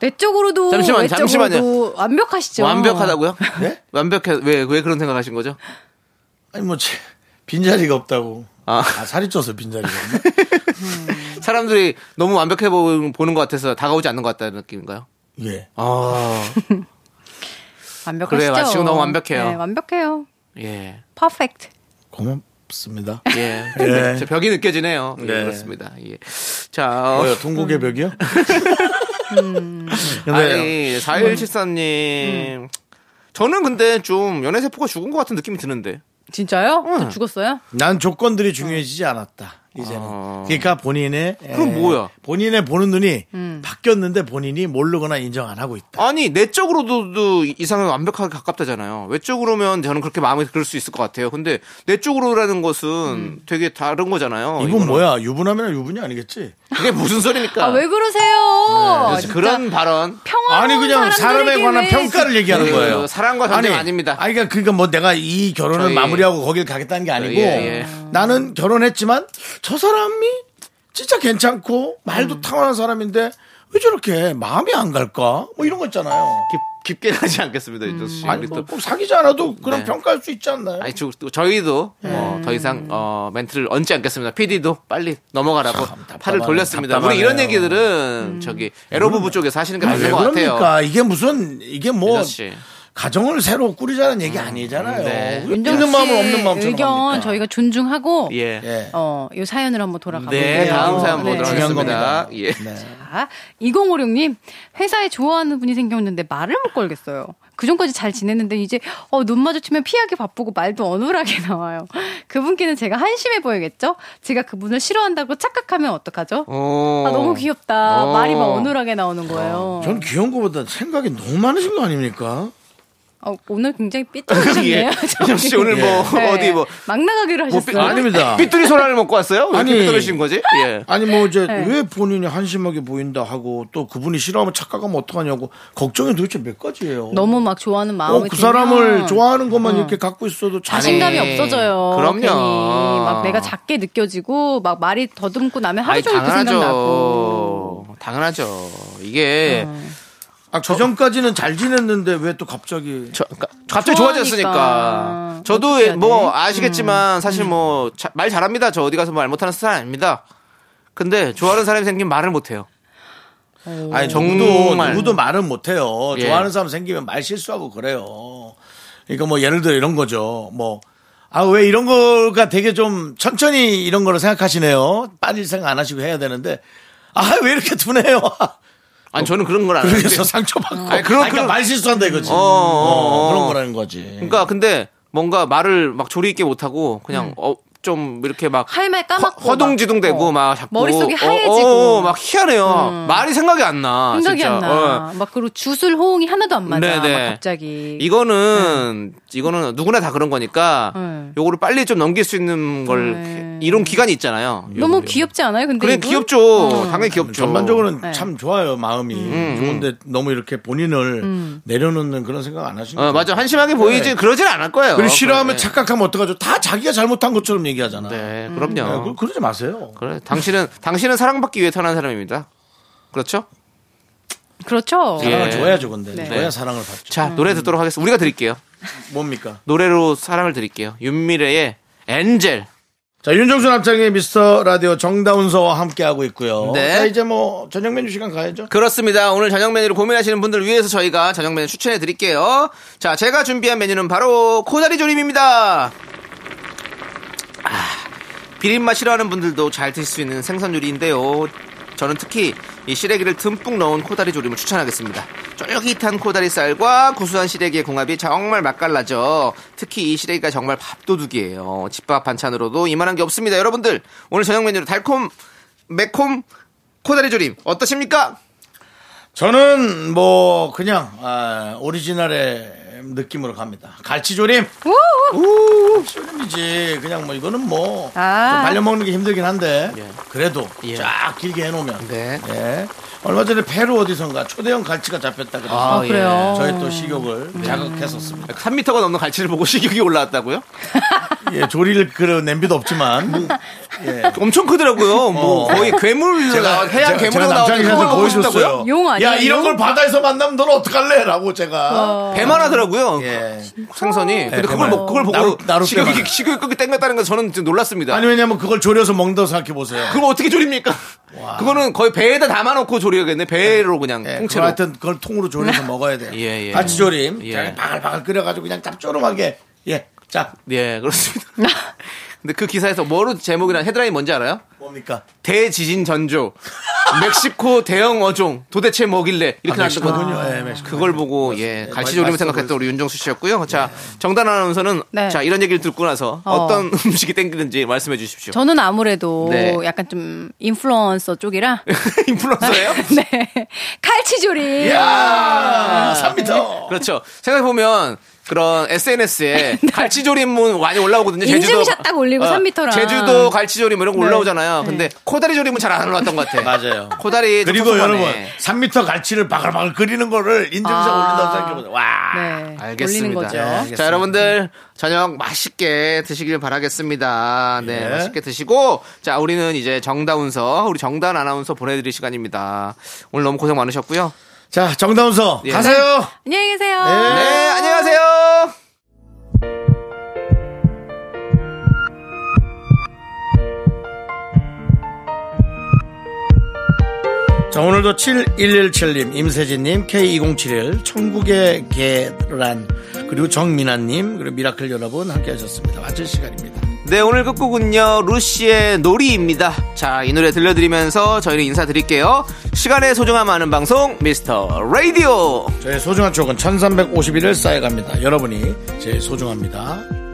Speaker 7: 내 쪽으로도
Speaker 3: 잠시만요,
Speaker 7: 외 쪽으로도
Speaker 3: 잠시만요.
Speaker 7: 완벽하시죠.
Speaker 3: 완벽하다고요?
Speaker 1: 네?
Speaker 3: 완벽해. 왜, 왜 그런 생각하신 거죠?
Speaker 1: 아니, 뭐, 제- 빈자리가 없다고.
Speaker 3: 아.
Speaker 1: 아, 살이 쪄서 빈자리가 없네.
Speaker 3: 사람들이 너무 완벽해 보- 보는 것 같아서 다가오지 않는 것 같다는 느낌인가요?
Speaker 1: 예.
Speaker 3: 아,
Speaker 7: 완벽하시죠.
Speaker 3: 그래요. 지금 너무 완벽해요.
Speaker 7: 네, 완벽해요.
Speaker 3: 예.
Speaker 7: 퍼펙트.
Speaker 1: 고맙습니다.
Speaker 3: 예.
Speaker 1: 예.
Speaker 3: 저 벽이 느껴지네요. 예,
Speaker 1: 네.
Speaker 3: 그렇습니다. 예. 자, 어,
Speaker 1: 뭐요,
Speaker 7: 음.
Speaker 1: 동국의 벽이요? 근데,
Speaker 3: 아니, 4173님.
Speaker 1: 음.
Speaker 3: 저는 근데 좀 연애 세포가 죽은 것 같은 느낌이 드는데.
Speaker 7: 진짜요?
Speaker 3: 응.
Speaker 7: 저 죽었어요?
Speaker 1: 난 조건들이 중요해지지 않았다. 이제는.
Speaker 3: 아.
Speaker 1: 그러니까 본인의
Speaker 3: 그럼
Speaker 1: 에,
Speaker 3: 뭐야?
Speaker 1: 본인의 보는 눈이
Speaker 7: 음.
Speaker 1: 바뀌었는데 본인이 모르거나 인정 안 하고 있다.
Speaker 3: 아니, 내적으로도 이상은 완벽하게 가깝다잖아요. 외적으로면 저는 그렇게 마음에 그럴 수 있을 것 같아요. 근데 내적으로라는 것은 되게 다른 거잖아요.
Speaker 1: 음. 이분
Speaker 3: 어, 이거는.
Speaker 1: 뭐야? 유부남이나 유부녀 아니겠지?
Speaker 3: 그게 무슨 소리입니까?
Speaker 7: 아 왜 그러세요?
Speaker 3: 네, 그래서 그런 발언.
Speaker 7: 평화
Speaker 1: 아니 그냥 사람에 관한 평가를 얘기하는
Speaker 3: 그
Speaker 1: 거예요.
Speaker 3: 사랑과 전쟁 아닙니다.
Speaker 1: 아니 그러니까, 그러니까 뭐 내가 이 결혼을
Speaker 3: 저희-
Speaker 1: 마무리하고 거길 가겠다는 게 아니고
Speaker 3: 예, 예.
Speaker 1: 나는 결혼했지만 저 사람이 진짜 괜찮고 말도
Speaker 3: 음.
Speaker 1: 타고난 사람인데 왜 저렇게 마음이 안 갈까? 뭐 이런 거 있잖아요.
Speaker 3: 깊, 게 가지 않겠습니다.
Speaker 7: 음.
Speaker 3: 이준수 씨.
Speaker 1: 아니
Speaker 3: 우리
Speaker 1: 뭐,
Speaker 3: 또
Speaker 1: 꼭 사귀지 않아도 그런
Speaker 3: 네.
Speaker 1: 평가할 수 있지 않나요?
Speaker 3: 아니 저, 또 저희도
Speaker 7: 네.
Speaker 3: 어, 더 이상 어, 멘트를 얹지 않겠습니다. PD도 빨리 넘어가라고
Speaker 1: 답답하네,
Speaker 3: 팔을 돌렸습니다. 우리 이런
Speaker 1: 답답하네요.
Speaker 3: 얘기들은
Speaker 7: 음.
Speaker 3: 저기 에로부부 쪽에서 하시는 게
Speaker 1: 아니,
Speaker 3: 맞는
Speaker 1: 왜
Speaker 3: 것 같아요.
Speaker 1: 그럽니까? 이게 무슨 이게 뭐
Speaker 3: 민서 씨. 음,
Speaker 1: 가정을 새로 꾸리자는 얘기 아니잖아요.
Speaker 3: 네.
Speaker 1: 왜 있는 마음을 없는 마음처럼
Speaker 7: 의견
Speaker 1: 합니까?
Speaker 7: 저희가 존중하고
Speaker 3: 예.
Speaker 1: 예.
Speaker 7: 어, 요 사연을 한번 돌아가
Speaker 3: 네,
Speaker 7: 볼게요.
Speaker 3: 다음 사연 보도록
Speaker 1: 중요한
Speaker 3: 하겠습니다.
Speaker 1: 겁니다. 네.
Speaker 3: 예.
Speaker 7: 자, 2056님 회사에 좋아하는 분이 생겼는데 말을 못 걸겠어요. 그전까지 잘 지냈는데 이제 어, 눈 마주치면 피하기 바쁘고 말도 어눌하게 나와요. 그분께는 제가 한심해 보이겠죠? 제가 그분을 싫어한다고 착각하면 어떡하죠?
Speaker 3: 어.
Speaker 7: 아, 너무 귀엽다.
Speaker 3: 어.
Speaker 7: 말이 막 어눌하게 나오는 거예요.
Speaker 1: 전 귀여운 거보다 생각이 너무 많으신 거 아닙니까?
Speaker 7: 어, 오늘 굉장히 삐뚤어졌네요.
Speaker 3: 예. 민서 씨 오늘 뭐
Speaker 7: 네.
Speaker 3: 어디 뭐,
Speaker 7: 막 나가기로
Speaker 3: 뭐
Speaker 7: 하셨어요.
Speaker 3: 삐,
Speaker 1: 아닙니다.
Speaker 3: 삐뚤이 소란을 먹고 왔어요? 왜 이렇게
Speaker 1: 아니.
Speaker 3: 삐뚤으신 거지? 예.
Speaker 1: 아니 뭐 이제
Speaker 7: 네.
Speaker 1: 왜 본인이 한심하게 보인다 하고 또 그분이 싫어하면 착각하면 어떡하냐고 걱정이 도대체 몇
Speaker 3: 어.
Speaker 1: 가지예요.
Speaker 7: 너무 막 좋아하는 마음이
Speaker 1: 어, 그 사람을
Speaker 7: 들면
Speaker 1: 좋아하는 것만 이렇게 갖고 있어도 자신
Speaker 7: 자신감이
Speaker 3: 아니,
Speaker 7: 없어져요.
Speaker 3: 그럼요.
Speaker 7: 괜히. 막 내가 작게 느껴지고 막 말이 더듬고 나면 하루 종일 그 생각 나고. 어.
Speaker 3: 당연하죠. 이게
Speaker 1: 아, 그 전까지는 잘 지냈는데 왜 또 갑자기
Speaker 3: 저, 그러니까 갑자기
Speaker 7: 좋아하니까.
Speaker 3: 좋아졌으니까. 저도
Speaker 7: 어떻게 해야
Speaker 3: 뭐
Speaker 7: 돼? 음.
Speaker 3: 아시겠지만 사실 뭐 말 잘합니다. 저 어디 가서 말 못하는 사람 아닙니다. 근데 좋아하는 사람이 생기면 말을 못해요.
Speaker 1: 아니
Speaker 3: 정말.
Speaker 1: 누구도 누구도 말은 못해요.
Speaker 3: 예.
Speaker 1: 좋아하는 사람 생기면 말 실수하고 그래요. 그러니까 뭐 예를 들어 이런 거죠. 뭐 아 왜 이런 거가 되게 좀 천천히 이런 거를 생각하시네요. 빨리 생각 안 하시고 해야 되는데 아 왜 이렇게 둔해요?
Speaker 3: 아니 저는 그런 걸 안 해요.
Speaker 1: 그래서 상처받고.
Speaker 3: 네. 아니,
Speaker 1: 아니,
Speaker 3: 그런-
Speaker 1: 그런, 그러니까
Speaker 3: 그런-
Speaker 1: 말 실수한다 이거지.
Speaker 3: 어, 어, 어.
Speaker 1: 어, 그런 거라는 거지.
Speaker 3: 그러니까 근데 뭔가 말을 막 조리 있게 못 하고 그냥 어, 좀 이렇게 막
Speaker 7: 할 말 음. 까맣고
Speaker 3: 허, 동지둥 되고
Speaker 7: 어.
Speaker 3: 막 자꾸
Speaker 7: 머릿속이
Speaker 3: 어,
Speaker 7: 하얘지고 음.
Speaker 3: 어, 어, 막 희한해요. 말이 생각이 안 나.
Speaker 7: 생각이
Speaker 3: 진짜.
Speaker 7: 안 나.
Speaker 3: 어.
Speaker 7: 막 그리고 주술 호응이 하나도 안 맞아.
Speaker 3: 네네.
Speaker 7: 막 갑자기.
Speaker 3: 이거는 이거는 누구나 다 그런 거니까
Speaker 7: 네.
Speaker 3: 요거를 빨리 좀 넘길 수 있는 걸
Speaker 7: 네.
Speaker 3: 이런 기간이 있잖아요.
Speaker 7: 너무 귀엽지 않아요? 근데
Speaker 3: 그래
Speaker 7: 이분?
Speaker 3: 귀엽죠.
Speaker 7: 어.
Speaker 3: 당연히 귀엽죠.
Speaker 1: 전반적으로는
Speaker 7: 네.
Speaker 1: 참 좋아요 마음이 좋은데 너무 이렇게 본인을 내려놓는 그런 생각 안 하시는
Speaker 3: 어, 맞아 한심하게 보이지 그러진 않을 거예요.
Speaker 1: 네. 그리고 싫어하면
Speaker 3: 그래.
Speaker 1: 착각하면 어떡하죠? 다 자기가 잘못한 것처럼 얘기하잖아.
Speaker 7: 음.
Speaker 3: 네,
Speaker 1: 네,
Speaker 3: 그럼요.
Speaker 1: 그- 그러지 마세요.
Speaker 3: 그래 당신은 당신은 사랑받기 위해 태어난 사람입니다. 그렇죠?
Speaker 7: 그렇죠.
Speaker 3: 예.
Speaker 1: 사랑을 줘야죠, 근데.
Speaker 7: 네.
Speaker 1: 줘야 사랑을 받죠.
Speaker 3: 자 노래
Speaker 7: 음.
Speaker 3: 듣도록 하겠습니다. 우리가 드릴게요.
Speaker 1: 뭡니까?
Speaker 3: 노래로 사랑을 드릴게요. 윤미래의 엔젤.
Speaker 1: 자, 윤정수 남창의 미스터 라디오 정다운서와 함께하고 있고요.
Speaker 3: 네.
Speaker 1: 자, 이제 뭐 저녁 메뉴 시간 가야죠.
Speaker 3: 그렇습니다. 오늘 저녁 메뉴를 고민하시는 분들 위해서 저희가 저녁 메뉴 추천해 드릴게요. 자, 제가 준비한 메뉴는 바로 코다리 조림입니다. 아, 비린맛 싫어하는 분들도 잘 드실 수 있는 생선 요리인데요. 저는 특히 이 시래기를 듬뿍 넣은 코다리 조림을 추천하겠습니다. 쫄깃한 코다리 쌀과 구수한 시래기의 궁합이 정말 맛깔나죠. 특히 이 시래기가 정말 밥도둑이에요. 집밥 반찬으로도 이만한 게 없습니다. 여러분들 오늘 저녁 메뉴로 달콤 매콤 코다리 조림 어떠십니까?
Speaker 1: 저는 뭐 그냥 아, 오리지널의 느낌으로 갑니다. 갈치조림. 우, 조림이지. 그냥 뭐 이거는 뭐
Speaker 7: 아.
Speaker 1: 좀 발려 먹는 게 힘들긴 한데
Speaker 3: 예.
Speaker 1: 그래도
Speaker 3: 예.
Speaker 1: 쫙 길게 해놓으면.
Speaker 3: 네.
Speaker 1: 예. 얼마 전에 페루 어디선가 초대형 갈치가 잡혔다 그래서
Speaker 3: 아, 음.
Speaker 7: 그래요?
Speaker 1: 저희 또 식욕을 자극했었습니다.
Speaker 3: 3m가 넘는 갈치를 보고 식욕이 올라왔다고요?
Speaker 1: 예, 조리를 그런 냄비도
Speaker 3: 뭐,
Speaker 1: 없지만 예.
Speaker 3: 엄청 크더라고요. 뭐
Speaker 1: 어.
Speaker 3: 거의 괴물
Speaker 1: 제가
Speaker 3: 해양 괴물로 나오는
Speaker 1: 남창희
Speaker 3: 그걸
Speaker 1: 선수
Speaker 3: 먹고 싶다고요?
Speaker 1: 보여줬어요.
Speaker 7: 용 아니에요,
Speaker 1: 야 이런
Speaker 7: 용?
Speaker 1: 걸 바다에서 만나면 너는 어떡할래라고 제가.
Speaker 3: 배만 하더라고요.
Speaker 1: 예.
Speaker 3: 생선이. 근데 그걸
Speaker 1: 배만.
Speaker 3: 먹 그걸 보고
Speaker 1: 나루- 나룻배만.
Speaker 3: 식욕이 식욕이 그렇게 땡겼다는 건 저는 좀 놀랐습니다.
Speaker 1: 아니 왜냐면 그걸 조려서 먹는다고 생각해 보세요.
Speaker 3: 그걸 어떻게 조립니까? 그거는 거의 배에다 담아놓고 조리하겠네. 배로 그냥
Speaker 1: 예, 그걸
Speaker 3: 통째로.
Speaker 1: 하여튼 그걸 통으로 조려서 먹어야 돼요.
Speaker 3: 예, 예.
Speaker 1: 같이 조림.
Speaker 3: 예.
Speaker 1: 잘 바글바글 끓여가지고 그냥 짭조름하게. 예. 자
Speaker 3: 예, 그렇습니다. 근데 그 기사에서 뭐로 제목이랑 헤드라인 뭔지 알아요?
Speaker 1: 뭡니까?
Speaker 3: 대지진 전조. 멕시코 대형 어종. 도대체 뭐길래 이렇게
Speaker 1: 아,
Speaker 3: 났거든요.
Speaker 1: 멕시코군요. 예, 멕시코.
Speaker 3: 그걸 보고 예, 갈치 조림을
Speaker 1: 맛있어
Speaker 3: 생각했던 우리 윤정수 씨였고요. 자, 정단 아나운서는
Speaker 7: 네.
Speaker 3: 자, 이런 얘기를 듣고 나서
Speaker 7: 어.
Speaker 3: 어. 떤 음식이 땡기는지 말씀해 주십시오.
Speaker 7: 저는 아무래도
Speaker 3: 네.
Speaker 7: 약간 좀 인플루언서 쪽이라
Speaker 3: 인플루언서예요?
Speaker 7: 네.
Speaker 3: 예.
Speaker 7: 칼치조림.
Speaker 1: 야 3미터.
Speaker 3: 그렇죠. 생각해 보면 그런 SNS에 갈치조림은 많이 올라오거든요. 제주도
Speaker 7: 네.
Speaker 3: 어,
Speaker 7: 인증샷 딱 올리고 3m 랑.
Speaker 3: 제주도 갈치조림 이런 거
Speaker 7: 네.
Speaker 3: 올라오잖아요.
Speaker 7: 네.
Speaker 3: 근데 코다리 조림은 잘 안 올라왔던 것 같아.
Speaker 1: 맞아요.
Speaker 3: 코다리 좀
Speaker 1: 그리고
Speaker 3: 섭섭하네.
Speaker 1: 여러분 3미터 갈치를 바글바글 끓이는 거를 인증샷
Speaker 7: 아.
Speaker 1: 올린다고 생각해보세요. 와.
Speaker 7: 네. 올리는
Speaker 3: 알겠습니다.
Speaker 7: 거죠.
Speaker 1: 네, 알겠습니다.
Speaker 3: 자, 여러분들 저녁 맛있게 드시길 바라겠습니다. 네,
Speaker 1: 예.
Speaker 3: 맛있게 드시고 자, 우리는 이제 정다운서 우리 정단 아나운서 보내드릴 시간입니다. 오늘 너무 고생 많으셨고요.
Speaker 1: 자 정다운서
Speaker 3: 예.
Speaker 1: 가세요.
Speaker 7: 안녕히 계세요.
Speaker 3: 네, 안녕하세요.
Speaker 1: 자, 오늘도 7117님, 임세진님, K2071, 천국의 계란, 그리고 정민아님, 그리고 미라클 여러분 함께 하셨습니다. 마칠 시간입니다.
Speaker 3: 네, 오늘 끝곡은요, 루시의 놀이입니다. 자, 이 노래 들려드리면서 저희는 인사드릴게요. 시간의 소중함 아는 방송, 미스터 라디오!
Speaker 1: 저의 소중한 추억은 1351일 쌓여갑니다. 여러분이 제일 소중합니다.